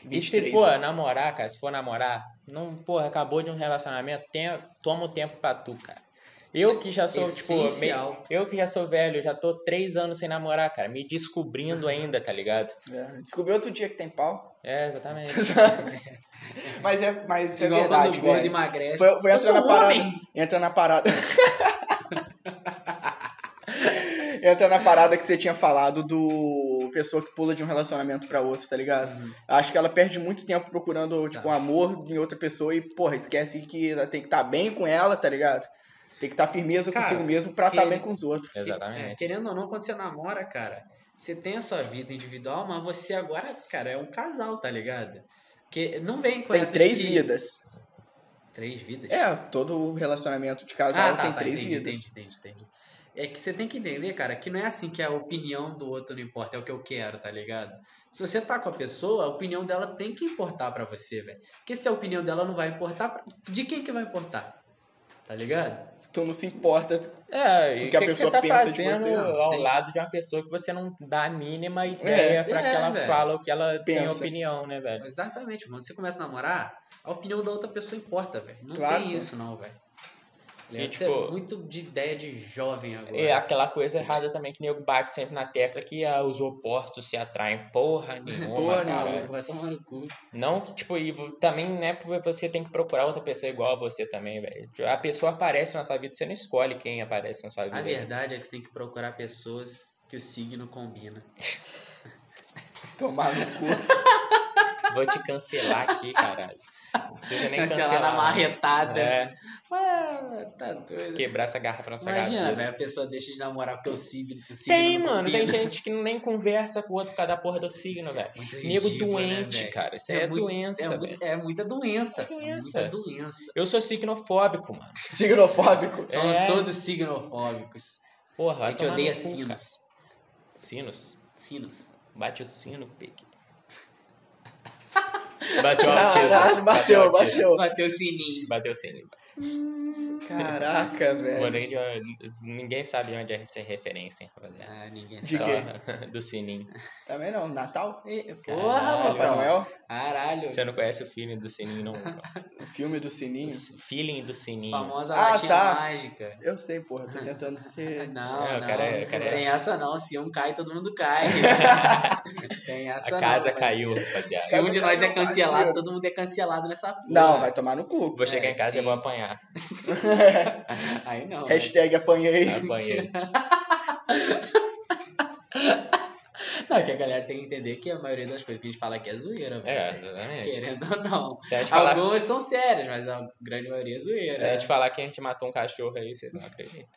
C: E
A: 23,
C: se, pô,
A: né?
C: namorar, cara, se for namorar, não, porra, acabou de um relacionamento, tem, toma o tempo pra tu, cara. Eu que já sou, tipo, meio,
B: Essencial.
C: eu que já sou velho, já tô três anos sem namorar, cara, me descobrindo ainda, tá ligado?
A: É, Descobri outro dia que tem
B: [LAUGHS]
A: pau.
C: É, exatamente.
A: mas é, mas isso é
B: Igual
A: verdade,
B: quando o gordo
A: velho.
B: emagrece.
A: Foi, foi
B: eu
A: entrar
B: sou
A: na
B: um
A: parada.
B: homem.
A: Entra na parada. entra na parada que você tinha falado do pessoa que pula de um relacionamento pra outro, tá ligado?
B: Uhum.
A: Acho que ela perde muito tempo
B: Tá.
A: procurando, tipo, um amor em outra pessoa e, porra, esquece que ela tem que estar bem com ela, tá ligado? Tem que estar firmeza
B: Cara,
A: consigo mesmo pra estar
B: que-
A: bem com os outros.
B: Que- é,
C: Exatamente.
B: querendo ou não, quando você namora, cara, você tem a sua vida individual, mas você agora, cara, é um casal, tá ligado? Porque não vem com
A: Tem
B: essa
A: três
B: de que-
A: vidas.
B: Três vidas?
A: É, todo relacionamento de casal tem três
B: Ah, tá, entendi,
A: vidas.
B: Entendi, entendi, entendi. É que você tem que entender, cara, que não é assim que a opinião do outro não importa, é o que eu quero, tá ligado? Se você tá com a pessoa, a opinião dela tem que importar pra você, velho. Porque se a opinião dela não vai importar, pra- de quem que vai importar? Tá ligado?
A: Tu não se importa.
C: É,
A: O
C: e
A: que a
C: o que, que
A: pessoa
C: você tá
A: pensa de
C: fazendo
A: você? né?
B: Não, você
C: ao
B: tem-
C: lado de uma pessoa que você não dá a mínima ideia pra
B: é,
C: que ela
B: velho.
C: fala o que ela tem
A: Pensa.
C: opinião, né, velho?
B: Exatamente, mano. Você começa a namorar, a opinião da outra pessoa importa, velho. Não
A: Claro,
B: tem
A: pô.
B: isso, não, velho.
C: E,
B: Você é
C: tipo,
B: muito de ideia de jovem agora.
C: É aquela coisa errada também que o nego bate sempre na tecla que ah, os opostos se atraem
A: [LAUGHS]
C: porra nenhuma.
A: Porra
C: cara.
B: Maluco, vai tomar no cu.
C: Não que, tipo, e vo- também, né, porque você tem que procurar outra pessoa igual a você também, velho. Tipo, A pessoa aparece na sua vida, você não escolhe quem aparece na sua
A: Tá
C: vida.
B: A verdade é que você tem que procurar pessoas que o signo combina.
A: Tomar no cu. [LAUGHS]
C: Vou te cancelar aqui, caralho. Não precisa nem
B: É
C: cancelar.
B: Cancelar na
C: né?
B: marretada.
C: É,
B: Ah, tá doido.
C: quebrar essa garrafa na sua
B: Imagina,
C: cabeça.
B: velho, a pessoa deixa de namorar porque o signo. O signo
C: Tem,
B: não
C: mano, tem
B: combina.
C: gente que nem conversa com o outro por causa da porra do signo,
B: Isso é
C: velho.
B: muito
C: Nego
B: ridículo, né,
C: doente,
B: velho?
C: cara. Isso aí é,
B: muito-
C: doença,
B: é,
C: velho.
B: muito- é muita doença.
C: É doença.
B: Muita doença.
C: Eu sou signofóbico, mano.
A: Signofóbico.
B: Somos
C: É.
B: todos signofóbicos.
C: Porra, vai
B: A gente
C: tomar no
B: odeia
C: cu, cara.
B: sinos.
C: Sinos?
B: Sinos.
C: Bate o sino,
B: [LAUGHS]
C: pique. Bateu o autismo.
A: Caralho, bateu,
C: o autismo.
A: [LAUGHS] bateu.
B: Bateu o sininho.
C: Bateu o sino.
A: Caraca,
B: É.
A: velho.
C: Porém, de- ninguém sabe onde é essa referência, hein, rapaziada.
B: Ah, ninguém
A: De
C: Só
A: quê?
C: [LAUGHS] do sininho.
A: Também não. Tá Natal?
B: sabe.
C: Caralho,
B: Porra,
A: Papai
B: Botão.
A: Noel?
B: Caralho.
C: Você não conhece o filme do sininho, não?
A: O filme do sininho?
C: O feeling do sininho.
B: Famosa
A: Ah,
B: latinha
A: tá.
B: mágica.
A: Eu sei, porra. Tô tentando
B: Ah,
A: ser...
B: Não,
C: É, o
B: não,
C: cara é- o
B: não
C: cara é-
B: tem essa não. Se um cai, todo mundo
C: [LAUGHS]
B: cai. tem essa não,
C: A casa
B: mas
C: caiu, rapaziada.
B: Se um de nós é
A: Casa caiu,
B: cancelado,
A: parceiro.
B: todo mundo é cancelado nessa porra.
A: Não, vai tomar no cu.
C: Vou chegar em casa e
B: É, sim.
C: vou apanhar.
B: [LAUGHS] Aí
A: É
B: não. né?
A: Hashtag apanhei.
B: [LAUGHS]
C: Apanhei.
B: Não, é que a galera tem que entender que a maioria das coisas que a gente fala aqui é zoeira,
C: É,
B: velho.
A: tipo
C: exatamente.
B: Querendo ou não.
C: Se a gente falar,
B: Algumas são sérias, mas a grande maioria é
C: se
B: zoeira.
A: tipo,
C: a gente falar que a gente matou um cachorro aí, vocês não acreditam.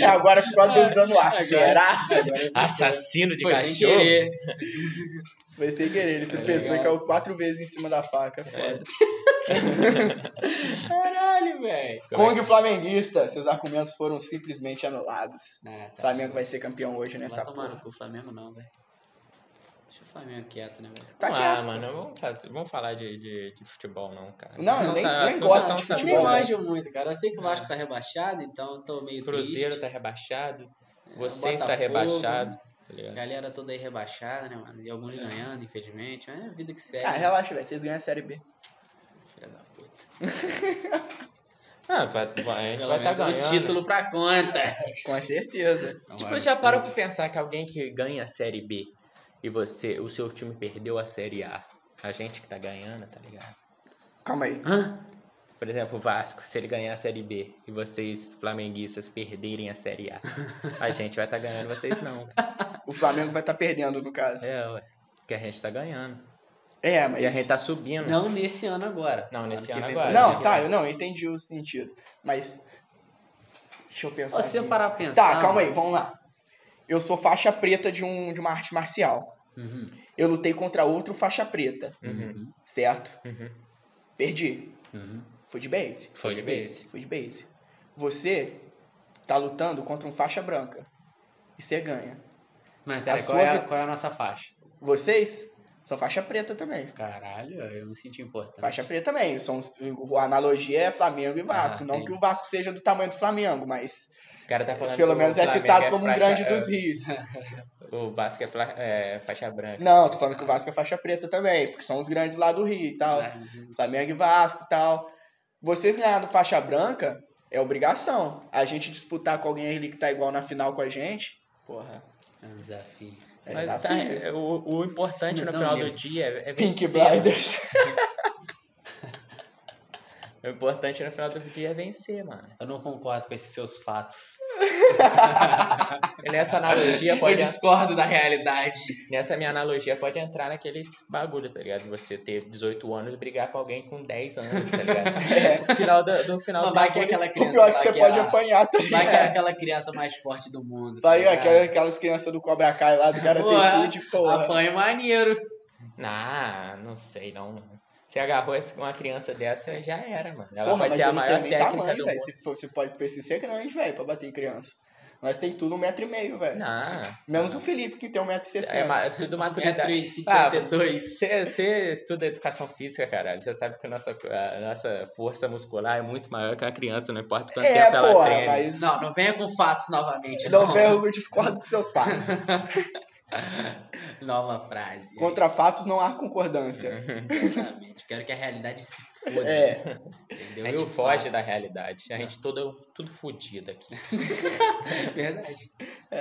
A: É, Agora ficou a dúvida no ar.
B: Agora-
A: Será?
C: Assassino de
B: Foi sem
C: cachorro?
B: querer.
A: Foi sem querer. Ele tropeçou e
B: legal.
A: caiu é quatro vezes em cima da
B: É,
A: faca. Foda.
B: Caralho, velho.
C: é
A: Kong Flamenguista. Seus argumentos foram simplesmente anulados.
B: Ah, tá.
A: Flamengo vai ser campeão hoje
B: Vai
A: nessa
B: tomar no
A: porra.
B: cu, Flamengo não, velho. Deixa o Flamengo quieto, né, velho?
A: Tá
C: ah,
A: quieto.
C: mano, vamos, fazer, vamos falar de, de, de futebol, não, cara. tá-
A: Não,
C: Assunto-
A: nem- nem
C: assunto-
A: gosto de
C: assunto-
B: Eu
A: futebol,
B: Tipo, nem
A: bom, né?
B: manjo muito, cara. Eu sei que o Vasco tá rebaixado, então eu tô meio
C: Cruzeiro
B: triste.
C: tá rebaixado.
B: o
C: Você está
B: Botafogo.
C: rebaixado. Tá
B: A
C: ligado?
B: galera toda aí rebaixada, né, mano? E alguns ganhando, infelizmente. Mas é a vida que segue.
A: É. Ah, relaxa, velho. Vocês ganham a Série B.
B: Filha da puta.
C: Ah, vai, vai- a gente
B: Pelo
C: vai estar
B: menos
C: ganhando.
B: tá o título pra conta.
A: Com certeza.
C: Tipo, já parou pra pensar que alguém que ganha a Série B e você, o seu time perdeu a Série A. A gente que tá ganhando, tá ligado?
A: Calma aí.
B: assim, Hã?
C: Por exemplo, o Vasco, se ele ganhar a Série B e vocês, flamenguistas, perderem a Série A, [LAUGHS] a gente vai estar ganhando, vocês [LAUGHS] não.
A: O Flamengo vai estar perdendo, no caso.
C: É, ué. Porque a gente tá ganhando.
A: É, mas.
C: E a gente tá subindo.
B: Não nesse ano agora.
C: Não, nesse
B: que
C: ano
B: vem
C: agora.
B: pra-
A: Não, tá, eu não eu entendi o sentido. Mas. Deixa eu pensar.
B: Se você
A: aqui.
B: parar pra pensar.
A: Tá, calma aí,
B: mano,
A: vamos lá. Eu sou faixa preta de, um, de uma arte marcial. Eu lutei contra outro faixa preta. Certo? Perdi. Fui de base.
C: Foi de base.
A: Fui de base. Você tá lutando contra um faixa branca. E você ganha.
B: Mas pera,
A: A
B: qual,
A: sua
B: é, a-
A: vi-
B: qual é a nossa faixa?
A: Vocês são faixa preta também.
B: Caralho, eu me senti importante.
A: Faixa preta também. São, os- a analogia é Flamengo e Vasco. não
B: tem.
A: que o Vasco seja do tamanho do Flamengo, mas
C: O cara tá falando
A: pelo
C: que o
A: menos é
C: Flamengo
A: citado
C: é
A: como um
C: faixa-
A: grande
C: é,
A: dos rios.
C: O Vasco é, fla- é faixa branca.
A: Não, tô falando que o Vasco é faixa preta também, porque são os grandes lá do Rio e tal.
B: Ah,
A: Flamengo e Vasco e tal. Vocês ganharam faixa branca é obrigação. A gente disputar com alguém ali que tá igual na final com a gente, porra.
B: É um desafio.
A: É
C: Mas tá,
A: desafio.
C: é, o, o importante no
B: Não,
C: final
B: meu.
C: do dia é, é
A: Pink [LAUGHS]
C: vencer.
A: Blinders.
C: O importante no final do dia é vencer, mano.
B: Eu não concordo com esses seus fatos.
C: E [LAUGHS] nessa analogia
B: Eu
C: pode
B: discordo da realidade.
C: Nessa minha analogia pode entrar naqueles bagulho, tá ligado? Você ter 18 anos e brigar com alguém com 10 anos, tá ligado? [LAUGHS] No final do, do final
B: Mas
C: do
B: vai que é aquela
C: bagulho-
A: É. O pior
B: criança.
A: é que
B: lá
A: você
B: que
A: pode
B: é a-
A: apanhar também.
B: Vai que é aquela criança mais forte do mundo. tá
A: Vai é
B: ligado?
A: aquela- tá- aquelas crianças do Cobra Kai lá, do cara
B: Porra,
A: tem kid, porra.
B: Apanha maneiro.
C: Ah, não sei, não. Você agarrou essa- uma criança dessa, já era, mano. Ela
A: Porra,
C: vai
A: mas
C: ter a
A: eu não
C: maior
A: tenho nem
C: técnica
A: tamanho,
C: do
A: velho.
C: mundo.
A: Você, você pode precisar ser grande, velho, pra bater em criança. Nós tem tudo um metro e meio, velho.
C: Não.
A: Menos o Felipe, que tem um metro e
C: É
A: sessenta.
C: ma- tudo maturidade. Ah,
B: 1,52m.
C: você, você estuda educação física, caralho. Você sabe que a nossa, a nossa força muscular é muito maior que a criança, não importa quanto
A: É,
C: tempo ela
A: porra,
C: treine.
A: mas...
B: Não, não venha com fatos novamente.
A: Não,
B: não.
A: velho, eu discordo dos seus fatos.
C: [LAUGHS]
B: Nova frase.
A: Contra fatos não há
C: Uhum.
A: concordância.
B: Exatamente. Quero que a realidade se foda.
A: É.
B: Entendeu?
C: A gente
B: Eu
C: foge
B: faço. [LAUGHS]
C: da realidade. A gente todo, tudo fodido aqui.
B: É Verdade.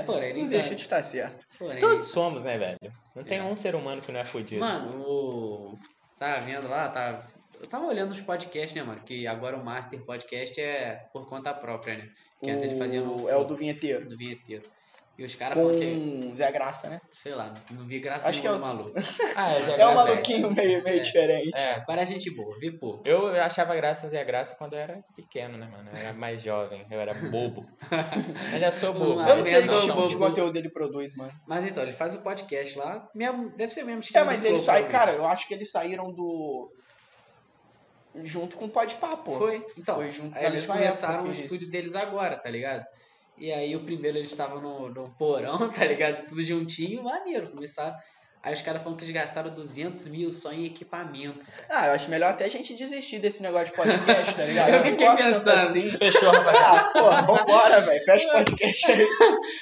B: Porém,
A: É. Não
B: então,
A: deixa de estar certo.
B: porém,
C: Todos somos, né, velho? Não tem um ser humano que não é fodido.
B: Mano, o... tá vendo lá, tá... Eu tava olhando os podcasts, né, mano? Que agora o Master Podcast é por conta própria, né? Que antes ele fazia no...
A: O- É o do vinheteiro.
B: do vinheteiro. E os
C: Ah,
B: caras falam que...
A: Com Zé Graça, né?
B: Sei lá, não vi graça
A: Acho que
B: nenhuma
A: é
B: do
A: [LAUGHS]
B: maluco.
C: Ah, é, Zé
A: É um
C: Graça.
A: maluquinho meio, meio diferente.
C: É.
B: Parece gente boa, vi pouco.
C: Eu achava graça Zé Graça quando eu era pequeno, né, mano? Eu era mais jovem, eu era bobo. eu já sou bobo.
B: Vamos lá,
A: Eu não sei que
B: Não,
A: tipo de
B: bobo.
A: conteúdo ele produz, mano.
B: Mas então, ele faz o podcast lá, mesmo, deve ser o mesmo
A: É,
B: esquema
A: mas
B: do né?
A: eles
B: Flow,
A: saem, cara,
B: provavelmente.
A: eu acho que eles saíram do. Junto com o Pode Papo.
B: Foi, então,
A: Foi junto
B: aí
A: na
B: eles
A: mesma
B: começaram
A: época
B: o
A: que
B: estúdio
A: isso.
B: deles agora, tá ligado? [LAUGHS] E aí o primeiro eles estavam no, no porão, tá ligado? Tudo juntinho, maneiro, começaram. Aí os caras falam que eles gastaram 200 mil só em equipamento.
A: Ah, eu acho melhor até a gente desistir desse negócio de podcast,
B: [LAUGHS]
A: tá ligado?
B: Eu
A: não
B: fiquei
A: gosto tanto
B: pensando.
A: assim.
C: Fechou, rapaziada.
A: Ah, pô, vambora, velho. Fecha o podcast
B: [LAUGHS]
A: aí.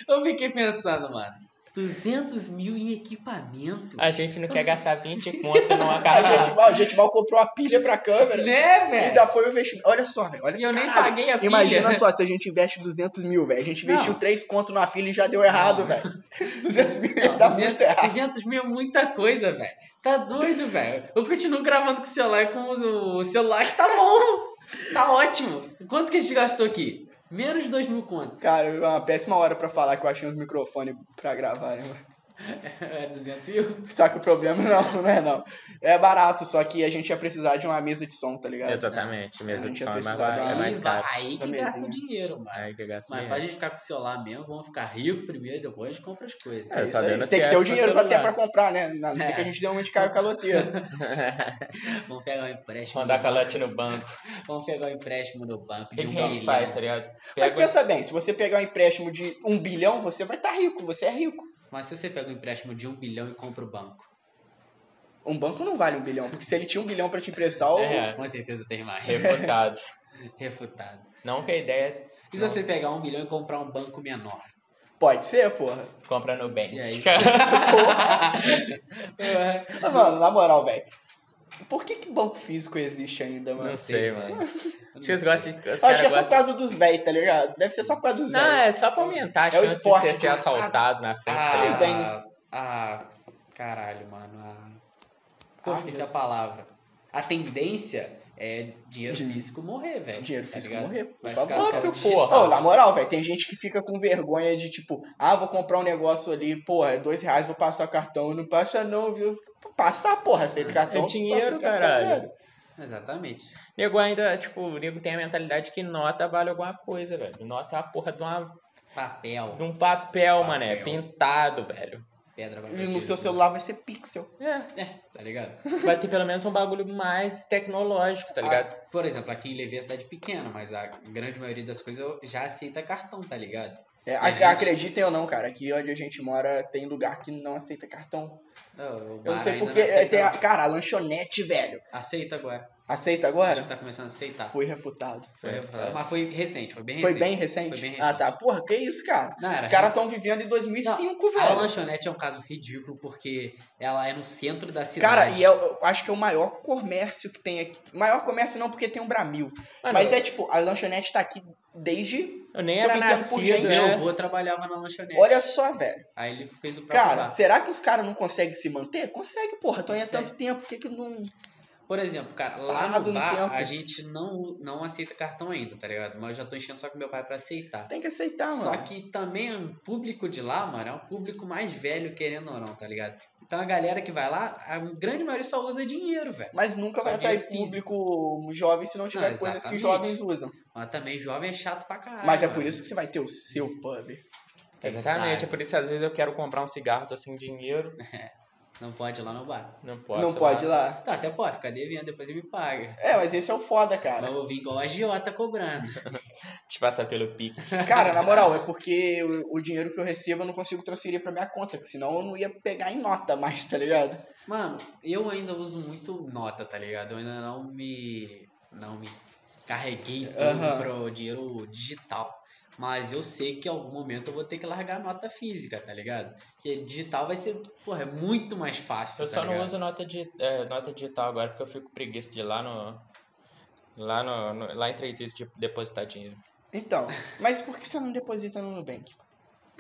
B: Eu fiquei pensando, mano. 200 mil em equipamento.
C: A gente não quer gastar 20 conto numa
A: A gente,
C: cartão.
A: mal, a gente mal comprou a pilha pra câmera.
B: Né,
A: E
B: velho?
A: Ainda foi o investimento. Olha só, velho. Olha,
B: E eu nem
A: caralho.
B: paguei a pilha.
A: Imagina só, se a gente investe 200 mil, velho. A gente investiu
B: Não.
A: 3 conto na pilha e já deu errado, velho. [LAUGHS] 200 mil ia
B: Não,
A: dar
B: 200,
A: muito errado.
B: 200 mil é muita coisa, velho. Tá doido, velho. Eu continuo gravando com o celular e com o o celular que tá bom. Tá ótimo. Quanto que a gente gastou aqui? Menos 2 mil conto.
A: Cara, é uma péssima hora pra falar que eu achei uns microfones pra gravar, né, mano?
B: [LAUGHS] É 200 mil.
A: Só que o problema [LAUGHS] não, não é não. É barato, só que a gente ia precisar de uma mesa de som, tá ligado?
C: Exatamente,
A: A
C: mesa
A: gente
C: de
A: ia
C: som é mais,
A: precisar da-
C: vai- é mais
B: Aí
C: caro.
B: vai- aí que
A: Uma
B: gasta o
A: mesinha.
B: dinheiro, mano.
C: Aí é. que gasta
B: Mas
C: dinheiro.
B: pra gente ficar com o celular mesmo, vamos ficar rico primeiro, depois compra as coisas.
C: É,
A: Isso
C: tá
A: aí. Tem
C: dando
A: que
C: certo
A: ter o
C: com
A: dinheiro
C: celular.
A: até pra comprar, né? A não ser
B: É.
A: que a gente dê um de Caio
C: [LAUGHS]
A: caloteiro.
B: Vamos pegar um empréstimo.
C: Mandar calote no banco.
B: Vamos pegar um empréstimo no banco
C: O que,
B: de um
C: que a gente
B: bilhão.
C: faz, tá ligado?
A: Mas
C: Pega o-
A: pensa bem, se você pegar um empréstimo de um bilhão, você vai estar rico, você é rico.
B: Mas se você pega um empréstimo de um bilhão e compra o banco,
A: Um banco não vale um bilhão, porque se ele tinha um bilhão pra te emprestar, o-
C: É,
B: com certeza tem mais.
C: refutado.
B: Refutado.
C: Não que a ideia
B: E
A: é
B: se você pegar um bilhão e comprar um banco menor?
A: pode ser,
C: [LAUGHS]
A: porra.
C: compra no bem.
B: E
C: [LAUGHS]
B: aí?
A: é Ah, Mano, na moral, velho. Por que, que banco físico existe ainda, mano?
C: Não
A: Eu
C: sei,
B: sei,
C: mano.
B: velho.
C: Acho que eles gostam de. os
A: acho
C: caras
A: que é só por
C: gostam-
A: causa dos velhos, tá ligado? Deve ser só por causa dos
C: Não,
A: velhos.
C: é só pra aumentar a
A: É o
C: chance
A: esporte,
C: de você ser
A: né?
C: assaltado na frente, tá
A: Ah.
C: ligado?
A: bem.
B: Ah, ah, caralho, mano. Ah, pô,
A: Ah,
B: esqueci
A: Deus.
B: a palavra. A tendência é dinheiro físico morrer, velho.
A: Dinheiro
B: tá
A: físico
B: ligado?
A: morrer,
B: Vai
A: por
B: ficar
A: favor.
B: só o
C: Óbvio,
B: digital.
A: Tipo, Pô, na moral, velho, tem gente que fica com vergonha de tipo, ah, vou comprar um negócio ali, porra, é dois reais, vou passar o cartão. Não passa não, viu? Passar, porra, aceita cartão.
C: É dinheiro,
A: Então, passa o cartão,
C: caralho.
A: velho.
B: Exatamente.
C: Nego ainda, tipo, o nego tem a mentalidade que nota vale alguma coisa, velho. Nota é a porra de, uma-
B: Papel.
C: de um papel,
B: Papel.
C: mané, pintado, velho.
B: Pedra vai
A: E no seu celular vai ser pixel.
C: É,
B: É, tá ligado?
C: vai ter pelo menos um bagulho mais tecnológico, tá ligado?
B: Ah, por exemplo, aqui em Levi é cidade pequena, mas a grande maioria das coisas eu já aceita cartão, tá ligado?
A: É,
B: A
A: ac-
B: gente-
A: Acreditem ou não, cara, aqui onde a gente mora tem lugar que não aceita cartão. Eu não sei porque. é, tem a- cara, a lanchonete, velho.
B: Aceita agora.
A: Aceita
B: A
A: agora?
B: gente tá começando a aceitar.
A: Foi refutado.
B: Foi-
C: Foi-
B: mas foi recente, foi bem
A: Foi
B: recente.
A: bem recente?
B: Foi bem
A: Ah,
B: recente.
A: tá. Porra, que isso, cara?
B: Não, era
A: Os caras estão vivendo em 2005,
B: A
A: velho.
B: lanchonete é um caso ridículo porque ela é no centro da cidade.
A: Cara, e eu, eu acho que é o maior comércio que tem aqui. Maior comércio não, porque tem um Bramil.
B: Ah,
C: Mano,
A: Mas é tipo, a lanchonete tá aqui desde.
C: Eu nem
A: Tô
C: era
A: brincando por
C: nascido,
A: gente,
B: Meu
C: né?
B: avô trabalhava na lanchonete.
A: É. Olha só, velho.
B: Aí ele fez o próprio
A: Cara,
B: bar.
A: será que os caras não conseguem se manter? Consegue, porra. Estão aí há
B: Consegue.
A: tanto tempo. Por que, que não.
B: Por exemplo, cara, lá
A: Parado no
B: no bar
A: tempo.
B: a gente não, não aceita cartão ainda, tá ligado? Mas eu já tô enchendo só com meu pai pra aceitar.
A: Tem que aceitar, Então, mano.
B: Só que também o público de lá, mano, é um público mais velho, querendo ou não, tá ligado? Então a galera que vai lá, a grande maioria só usa dinheiro, velho.
A: Mas nunca vai
B: Família
A: atrair
B: física.
A: público jovem se não tiver
B: é Não,
A: coisas que
B: exatamente.
A: jovens usam.
B: Mas também jovem é chato pra caralho.
A: Mas é
B: mano.
A: por isso que você vai ter o seu pub.
C: Exatamente,
B: Sabe?
C: é por isso que às vezes eu quero comprar um cigarro, tô sem dinheiro,
B: Não pode ir lá no bar.
C: não posso.
A: não pode ir lá.
B: Tá, até pode, fica devendo, depois ele me paga.
A: É, mas esse é o foda, cara.
B: Mas eu vou vir igual a agiota cobrando.
C: Te passar pelo
A: [LAUGHS]
C: Pix. Tá
A: Cara, na
B: [LAUGHS]
A: moral, é porque o, o dinheiro que eu recebo eu não consigo transferir pra minha conta, que senão eu não ia pegar em nota mais, tá ligado?
B: Mano, eu ainda uso muito nota, tá ligado? Eu ainda não me. Não me carreguei tudo
A: Aham.
B: pro dinheiro digital. Mas eu sei que em algum momento eu vou ter que largar a nota física, tá ligado? Porque digital vai ser, porra, é muito mais fácil.
C: Eu
B: tá
C: só não
B: ligado?
C: uso nota, di- é, nota digital agora porque eu fico com preguiça de ir lá no. Lá, no, no- lá em três vezes de depositar dinheiro.
A: Então, mas por que você não deposita no Nubank?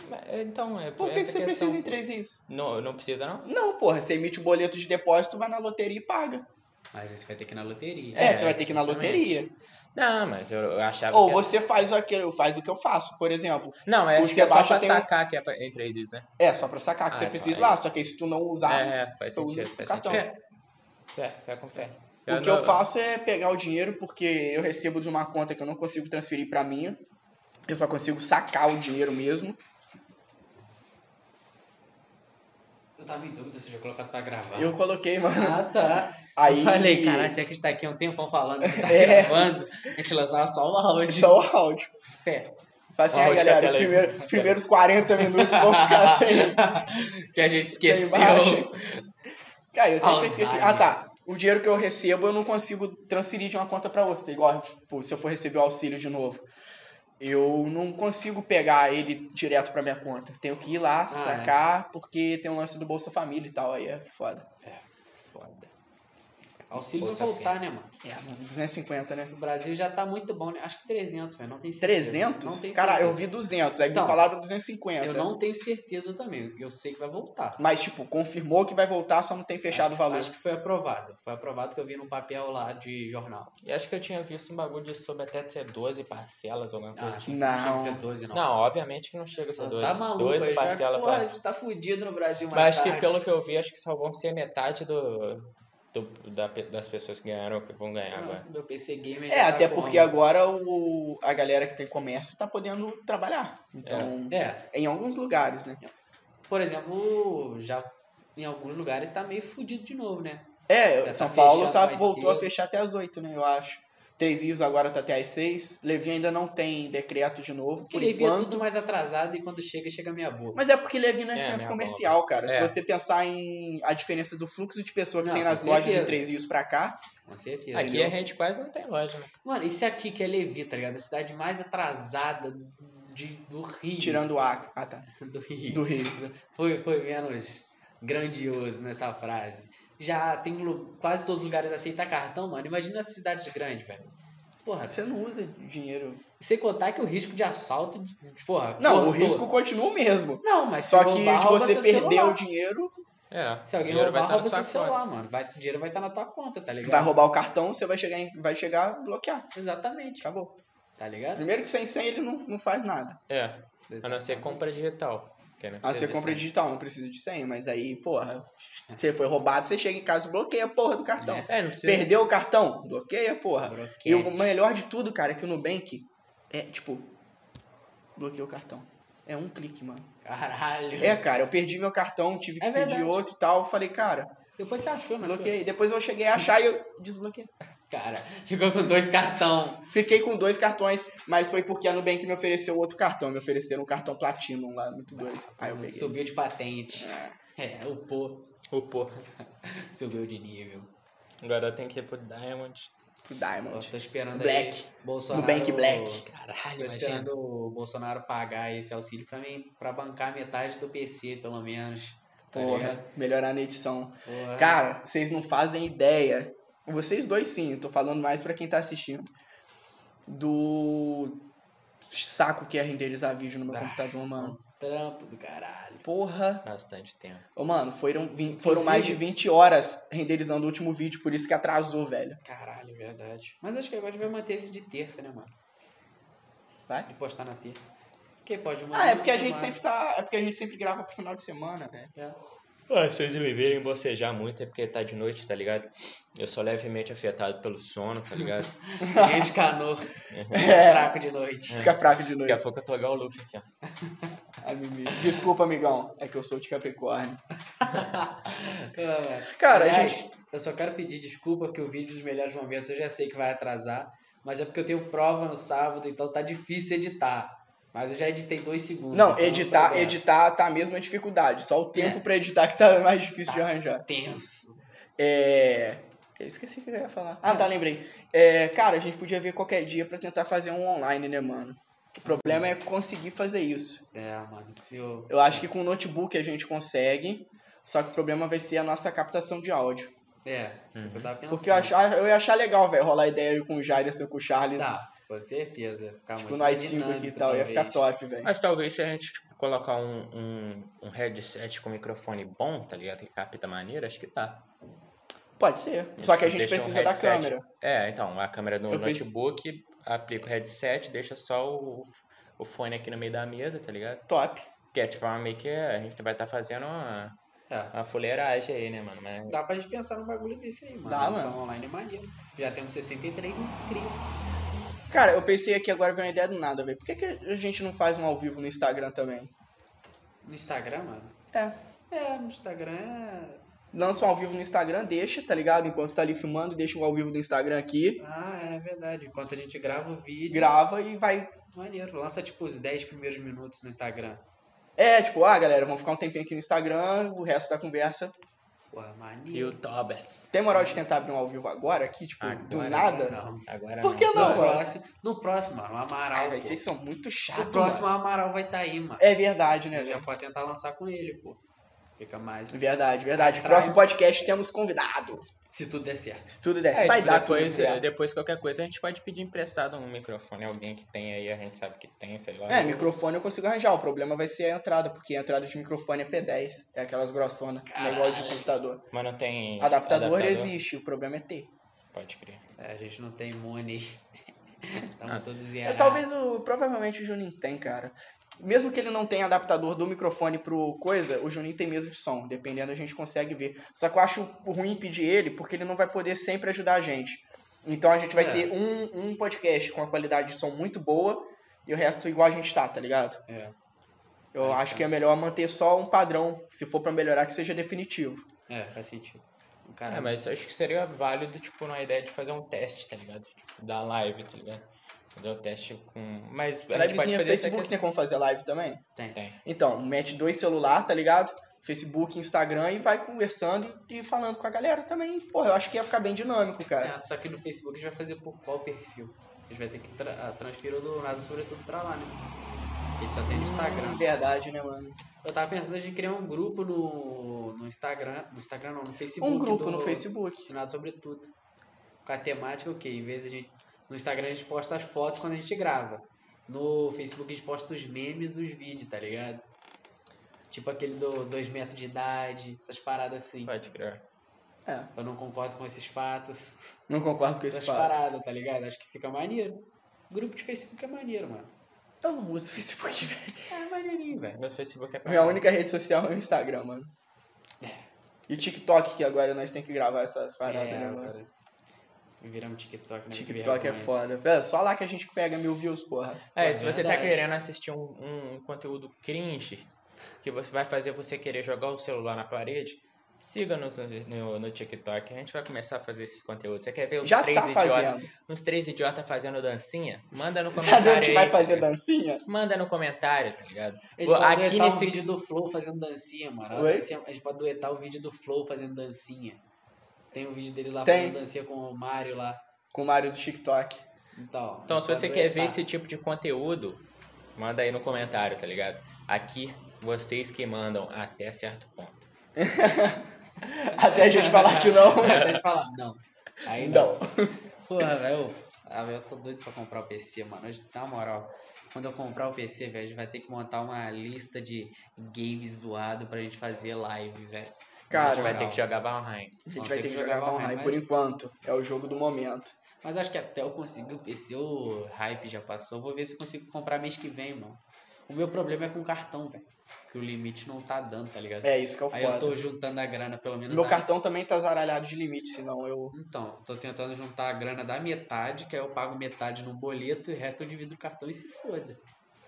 C: Mas, Então, é
A: Por que, que
C: essa
A: você
C: questão.
A: precisa em três é rios?
C: Não, não precisa, não?
A: Não, porra, você emite o boleto de depósito, vai na loteria e paga.
B: Mas aí você vai ter que ir na loteria.
A: É,
C: É,
A: você vai ter que ir na
C: exatamente.
A: loteria.
C: Não, mas eu, eu achava.
A: Ou
C: que-
A: você faz o que eu- faz o que eu faço, por exemplo.
C: Não, é,
A: o
C: acho que é só
A: Sebastião
C: pra
A: tem um-
C: sacar que é pra- em três vezes, né?
A: É, só pra sacar que
C: Ah,
A: você
C: então,
A: precisa
C: é
A: lá,
C: isso.
A: só que aí se tu não
B: Tá,
A: usar,
C: É, faz
A: você usa
C: sentido,
A: o
C: faz
A: cartão.
C: sentido. Fé, fé com fé.
A: O que eu faço é pegar o dinheiro, porque eu recebo de uma conta que eu não consigo transferir pra minha. Eu só consigo sacar o dinheiro mesmo.
B: Eu tava em dúvida se eu tinha colocado pra gravar.
A: Eu coloquei, mano.
B: Ah, tá.
A: Aí-
B: Eu falei, caralho, será que a gente tá aqui há um tempão falando, não tá
A: É.
B: [LAUGHS] gravando? A gente lançava só o áudio. É.
A: Só o áudio.
B: Fé.
A: Fala assim,
C: Ó,
A: aí,
C: onde que
A: galera,
C: a
A: os
C: tela aí?
A: primeiros, os primeiros 40 minutos vão ficar
B: [LAUGHS]
A: sem.
B: que a gente
A: imagem.
B: esqueceu.
A: Cara, eu tenho que esquecer.
B: Alzheimer.
A: Ah, tá. O dinheiro que eu recebo, eu não consigo transferir de uma conta pra outra. Igual, tipo, se eu for receber o auxílio de novo. Eu não consigo pegar ele direto pra minha conta. Tenho que ir
B: Ah,
A: lá,
B: é.
A: sacar, porque tem um lance do Bolsa Família e tal. Aí é foda.
C: Foda.
B: Auxílio vai
C: Bolsa
B: voltar, né, mano?
A: É, mano, 250, né?
B: O Brasil já tá muito bom, né? Acho que 300, velho. Não tem certeza.
A: 300?
B: Não tem
A: Cara,
B: certeza.
A: eu vi 200. Aí me
B: Então,
A: falaram 250.
B: Eu não tenho certeza também. Eu sei que vai voltar.
A: Mas, tipo, confirmou que vai voltar, só não tem fechado
B: acho,
A: o valor.
B: Acho que foi aprovado. Foi aprovado que eu vi num papel lá de jornal.
C: E acho que eu tinha visto um bagulho de sobre até ser 12 parcelas, alguma coisa
B: Ah,
C: assim.
B: acho que
A: Não.
B: chega a ser 12, não.
C: Não, obviamente que não chega a ser
B: Ah,
C: 12.
B: Tá maluco,
C: 12
B: aí já,
C: parcelas
B: porra,
C: pra...
B: a gente tá fudido no Brasil mais
C: Mas acho que
B: tarde. Ah,
C: pelo que eu vi, acho que só vão ser metade do, do- da pe- das pessoas que ganharam que vão ganhar É, agora.
B: Ah, Meu PC Gamer
A: É,
B: já tá
A: até
B: como?
A: porque agora o, a galera que tem comércio tá podendo trabalhar. Então,
B: É,
A: em alguns lugares, né?
B: por exemplo, já em alguns lugares tá meio fudido de novo, né?
A: É,
B: Já tá
A: São Paulo
B: fechando
A: tá,
B: mais
A: voltou a
B: cedo.
A: fechar até as 8, né? Eu acho. Três Rios agora tá até às 6. Levi ainda não tem decreto de novo,
B: Porque
A: por
B: ele via
A: enquanto.
B: é tudo mais atrasado e quando chega, chega meia boca.
A: Mas é porque Levi não é,
C: É,
A: centro
C: minha
A: comercial, cara. Se
C: É.
A: você pensar em a diferença do fluxo de pessoa que
B: Não,
A: tem
B: com
A: nas lojas em
B: certeza.
A: Três Rios pra cá,
B: Com certeza.
C: Aqui
A: é
B: Entendeu?
C: a gente quase não tem loja, né?
B: Mano, esse aqui que é Levi, tá ligado? A cidade mais atrasada de, do Rio.
A: tirando o Acre. Ah, tá.
B: [LAUGHS] Do Rio.
A: Do Rio.
B: Foi, foi menos grandioso nessa frase. Já tem lu- quase todos os lugares aceitam cartão, mano. Imagina as cidades grandes, velho. Porra,
A: Você não usa dinheiro.
B: sem contar que o risco de assalto. de- Porra,
A: Não, o
B: cortou.
A: risco continua o mesmo.
B: Não, mas
A: Só
B: se
A: que
B: roubar,
A: de
B: rouba
A: você
B: seu
A: perder
B: celular.
A: o dinheiro,
C: É,
B: Se alguém
C: dinheiro
B: roubar,
C: vai
A: tá
B: rouba
C: estar
B: seu
C: na sua conta.
B: celular, mano. Vai, o dinheiro vai estar na tua conta, tá ligado?
A: vai roubar o cartão, você vai chegar, em- vai chegar bloquear.
B: Exatamente.
A: Acabou.
B: Tá ligado?
A: Primeiro que sem 100 ele não, não faz nada.
C: É, a não ser
B: Exatamente.
C: compra digital. que não
A: Ah, você
C: precisa de
A: compra
C: cem.
A: digital, não precisa de 100, mas aí, porra, você foi roubado, você chega em casa e bloqueia a porra do cartão.
C: É, não precisa.
A: Perdeu o cartão? Bloqueia, porra.
B: Broquete.
A: E o melhor de tudo, cara, é que o Nubank é, tipo, bloqueia o cartão. É um clique, mano.
B: Caralho.
A: É, cara, eu perdi meu cartão, tive que
B: É
A: pedir
B: verdade.
A: outro e tal. Eu falei, cara,
B: Depois você achou, não achou?
A: bloqueei. Depois eu cheguei a achar e eu desbloqueei.
B: Cara, ficou com dois cartão.
A: Fiquei com dois cartões, mas foi porque a Nubank me ofereceu outro cartão. Me ofereceram um cartão Platinum lá, muito doido. Aí eu peguei.
B: Subiu de patente. É, o pô.
C: O porra.
B: Subiu de nível.
C: Agora eu tenho que ir pro Diamond.
A: O
B: Ó,
A: Diamond.
B: tô esperando
A: Black.
B: aí Bolsonaro.
A: Nubank Black.
B: Caralho, tô
C: imagina.
B: esperando o Bolsonaro pagar esse auxílio pra mim, pra bancar metade do PC, pelo menos. Tá ligado?
A: Porra, melhorar na edição.
B: Porra.
A: Cara, vocês não fazem ideia. Vocês dois sim, eu tô falando mais pra quem tá assistindo. Do saco que é renderizar vídeo no meu
B: Ah.
A: computador, mano.
B: Trampo do caralho.
A: Porra.
C: Bastante tempo.
A: Ô, mano, foram, vin- foram mais de 20 horas renderizando o último vídeo, por isso que atrasou, velho.
B: Caralho, verdade. Mas acho que agora a gente vai manter esse de terça, né, mano?
A: Vai?
B: De postar na terça. Porque pode mandar.
A: Ah, é
B: na
A: porque a gente
B: semana.
A: sempre tá. É porque a gente sempre grava pro final de semana, velho.
B: É.
C: Ah, se vocês me verem bocejar muito é porque tá de noite, tá ligado? Eu sou levemente afetado pelo sono,
A: [LAUGHS]
C: tá ligado?
B: Ninguém É. escanou. Fraco de noite.
A: Fica fraco de
C: Daqui a
A: noite.
C: pouco eu tô igual o Luffy aqui, ó.
A: Ai, Mimi. Desculpa, amigão. É que eu sou de Capricórnio.
B: É.
A: Cara, a
B: Aliás,
A: gente-
B: Eu só quero pedir desculpa porque o vídeo dos melhores momentos eu já sei que vai atrasar. Mas é porque eu tenho prova no sábado, então tá difícil editar. Mas eu já editei dois segundos.
A: Não,
B: então
A: editar,
B: foi dessa.
A: editar tá a mesma dificuldade. Só o tempo pra editar que tá mais difícil de arranjar.
B: Tenso.
A: É. Eu esqueci o que eu ia falar. Ah, tá, lembrei. É, cara, a gente podia ver qualquer dia pra tentar fazer um online, né, mano? O problema é conseguir fazer isso.
B: É, mano. Eu...
A: Eu acho que com o notebook a gente consegue, só que o problema vai ser a nossa captação de áudio.
B: É, isso que eu tava pensando.
A: Uhum. Porque eu, achar, eu ia achar legal, velho, rolar ideia com o Jairson, com o Charles,
B: Tá, com certeza. ia Ficar
A: tipo,
B: muito
A: nós
B: mais
A: cinco aqui e
B: dinâmico,
A: tal, ia ficar
B: talvez.
A: top, velho.
C: Mas talvez se a gente tipo, colocar um, um, um headset com microfone bom, tá ligado? Que capta maneira, acho que tá.
A: Pode ser. Só que a gente
C: Deixa um
A: precisa da
C: headset.
A: câmera.
C: É, então, a câmera do
A: Eu pensei-
C: notebook, aplica o headset, deixa só o, o fone aqui no meio da mesa, tá ligado?
A: Top.
C: Que é tipo uma meio que a gente vai estar fazendo uma,
B: É.
C: uma fuleiragem aí, né, mano? Mas
B: Dá pra gente pensar num bagulho desse aí, mano.
A: Dá,
B: Edição
A: mano.
B: online é maneiro. Já temos 63 inscritos.
A: Cara, eu pensei aqui agora, veio uma ideia do nada, velho. Por que, que a gente não faz um ao vivo no Instagram também?
B: No Instagram, mano?
A: É,
B: É, no Instagram é.
A: lança um ao vivo no Instagram, deixa, tá ligado? Enquanto tá ali filmando, deixa um ao vivo no Instagram aqui,
B: Ah, é verdade. Enquanto a gente grava o vídeo.
A: grava e vai
B: Maneiro. Lança, tipo, os 10 primeiros minutos no Instagram.
A: É, tipo, ah, galera, vamos ficar um tempinho aqui no Instagram, o resto da conversa.
B: Porra, é maneiro.
C: Youtubers.
A: Tem moral de tentar abrir um ao vivo agora aqui, tipo, do
B: Agora
A: nada?
B: Não.
C: Agora
A: Por que
C: Ah, é não.
A: não,
B: No,
A: mano?
B: próximo, no próximo, mano, o Amaral.
A: Ah, velho,
B: pô.
A: vocês são muito
B: o
A: chatos.
B: próximo
A: mano.
B: Amaral vai estar tá aí, mano.
A: É verdade, né,
B: Eu já
A: velho?
B: pode tentar lançar com ele, pô. Fica mais. um-
A: Verdade, verdade.
B: Atrai.
A: Próximo podcast temos convidado.
B: Se tudo der certo.
A: Se tudo der,
C: É,
A: vai
C: tipo,
A: dar tudo
C: depois,
A: certo.
C: depois qualquer coisa a gente pode pedir emprestado um microfone, alguém que tem aí, a gente sabe que tem, sei lá.
A: É, microfone eu consigo arranjar. O problema vai ser a entrada, porque a entrada de microfone é P10. É aquelas grossonas, não é igual de computador.
C: Mas não tem.
A: Adaptador, existe, o problema é ter.
C: Pode crer.
B: É, a gente não tem [LAUGHS] money. Estamos
C: Ah.
B: todos
A: É,
B: zerados.
A: talvez o. Provavelmente o Juninho tem, cara. Mesmo que ele não tenha adaptador do microfone pro coisa, o Juninho tem mesa de som. Dependendo, a gente consegue ver. Só que eu acho ruim pedir ele, porque ele não vai poder sempre ajudar a gente. Então a gente vai
B: É.
A: ter um, um podcast com a qualidade de som muito boa e o resto igual a gente tá, tá ligado?
B: É.
A: Eu
B: Aí
A: acho
B: tá.
A: que é melhor manter só um padrão. Se for pra melhorar, que seja definitivo.
B: É, faz sentido.
C: É,
B: Caramba.
C: mas acho que seria válido, tipo, na ideia de fazer um teste, tá ligado? Tipo, da live, tá ligado? Fazer o teste com. Mas a gente pode
A: Livezinha
C: fazer essa
A: Facebook
C: questão.
A: tem como fazer live também?
B: Tem.
C: Tem.
A: Então, mete dois celular, tá ligado? Facebook, Instagram e vai conversando e e falando com a galera também. Porra, eu acho que ia ficar bem dinâmico, cara.
B: É, só que no Facebook a gente vai fazer por qual perfil? A gente vai ter que tra- ah, transferir o do nada sobretudo pra lá, né? A gente só tem no Instagram.
A: Hum, verdade, né, mano?
B: Eu tava pensando a gente criar um grupo no, no Instagram. No Instagram não, no Facebook.
A: Um grupo
B: Tipo, do-
A: no Facebook.
B: Do nada sobretudo. Com a temática, o quê? Em vez da gente. No Instagram a gente posta as fotos quando a gente grava. No Facebook a gente posta os memes dos vídeos, tá ligado? Tipo aquele do 2 metros de idade, essas paradas assim.
C: Pode crer.
A: É,
B: Eu não concordo com esses fatos.
A: não concordo com esse
B: essas
A: fato.
B: paradas, tá ligado? Acho que fica maneiro. Grupo de Facebook é maneiro, mano.
A: Eu não uso [LAUGHS] Facebook, velho.
B: É maneirinho, velho.
C: Meu Facebook é pra.
A: Minha única rede social é o Instagram, mano. E TikTok, que agora nós temos que gravar essas paradas,
B: É,
A: né, mano?
B: agora Viramos TikTok, né? Que
A: TikTok é
B: vergonha.
A: foda. Velho, só lá que a gente pega mil views, porra.
C: É, se você tá
B: Verdade.
C: querendo assistir um, um conteúdo cringe, que você vai fazer você querer jogar o celular na parede, siga-nos no, no, no TikTok. A gente vai começar a fazer esses conteúdos. Você quer ver uns
A: Já
C: três
A: tá
C: idiotas?
A: fazendo.
C: Uns três idiotas fazendo dancinha?
A: [LAUGHS]
C: Manda no comentário.
A: Sabe onde
C: aí,
A: vai
C: tá
A: fazer
C: ligado?
A: dancinha?
C: Manda no comentário, tá ligado?
B: A gente
C: Pô,
B: pode
C: Aqui
B: duetar
A: um
C: nesse
B: o vídeo do Flow fazendo dancinha, mano.
A: Oi?
B: A dancinha- a gente pode duetar o vídeo do Flow fazendo dancinha. Tem um vídeo dele lá
A: Tem.
B: fazendo dancinha com o Mário lá.
A: Com o Mário do TikTok. [LAUGHS]
B: Então,
C: Então, se
B: pode
C: você quer ver
B: duetar.
C: esse tipo de conteúdo, manda aí no comentário, tá ligado? Aqui, vocês que mandam até certo ponto.
A: Até a gente falar que não. Então,
B: Até de falar, [LAUGHS] não. Aí não.
A: Não.
B: Porra, velho. Ah, velho, eu tô doido pra comprar o PC, mano. Hoje, na moral, quando eu comprar o PC, velho, a gente vai ter que montar uma lista de games zoado pra gente fazer live, velho.
A: Cara,
C: a gente vai
B: Na
C: ter
B: moral.
C: que jogar Valheim.
A: A gente vai ter que jogar online
B: mas-
A: por enquanto. É o jogo do momento.
B: Mas acho que até eu conseguir o PC, o hype já passou. Vou ver se eu consigo comprar mês que vem, mano. O meu problema é com o cartão, velho. Que o limite não tá dando, tá ligado?
A: É isso que é o
B: Aí eu tô
A: foda.
B: juntando a grana, pelo menos.
A: Meu
B: da-
A: cartão também tá zaralhado de limite, senão eu.
B: Então, tô tentando juntar a grana da metade, que aí eu pago metade no boleto e o resto eu divido o cartão e se foda.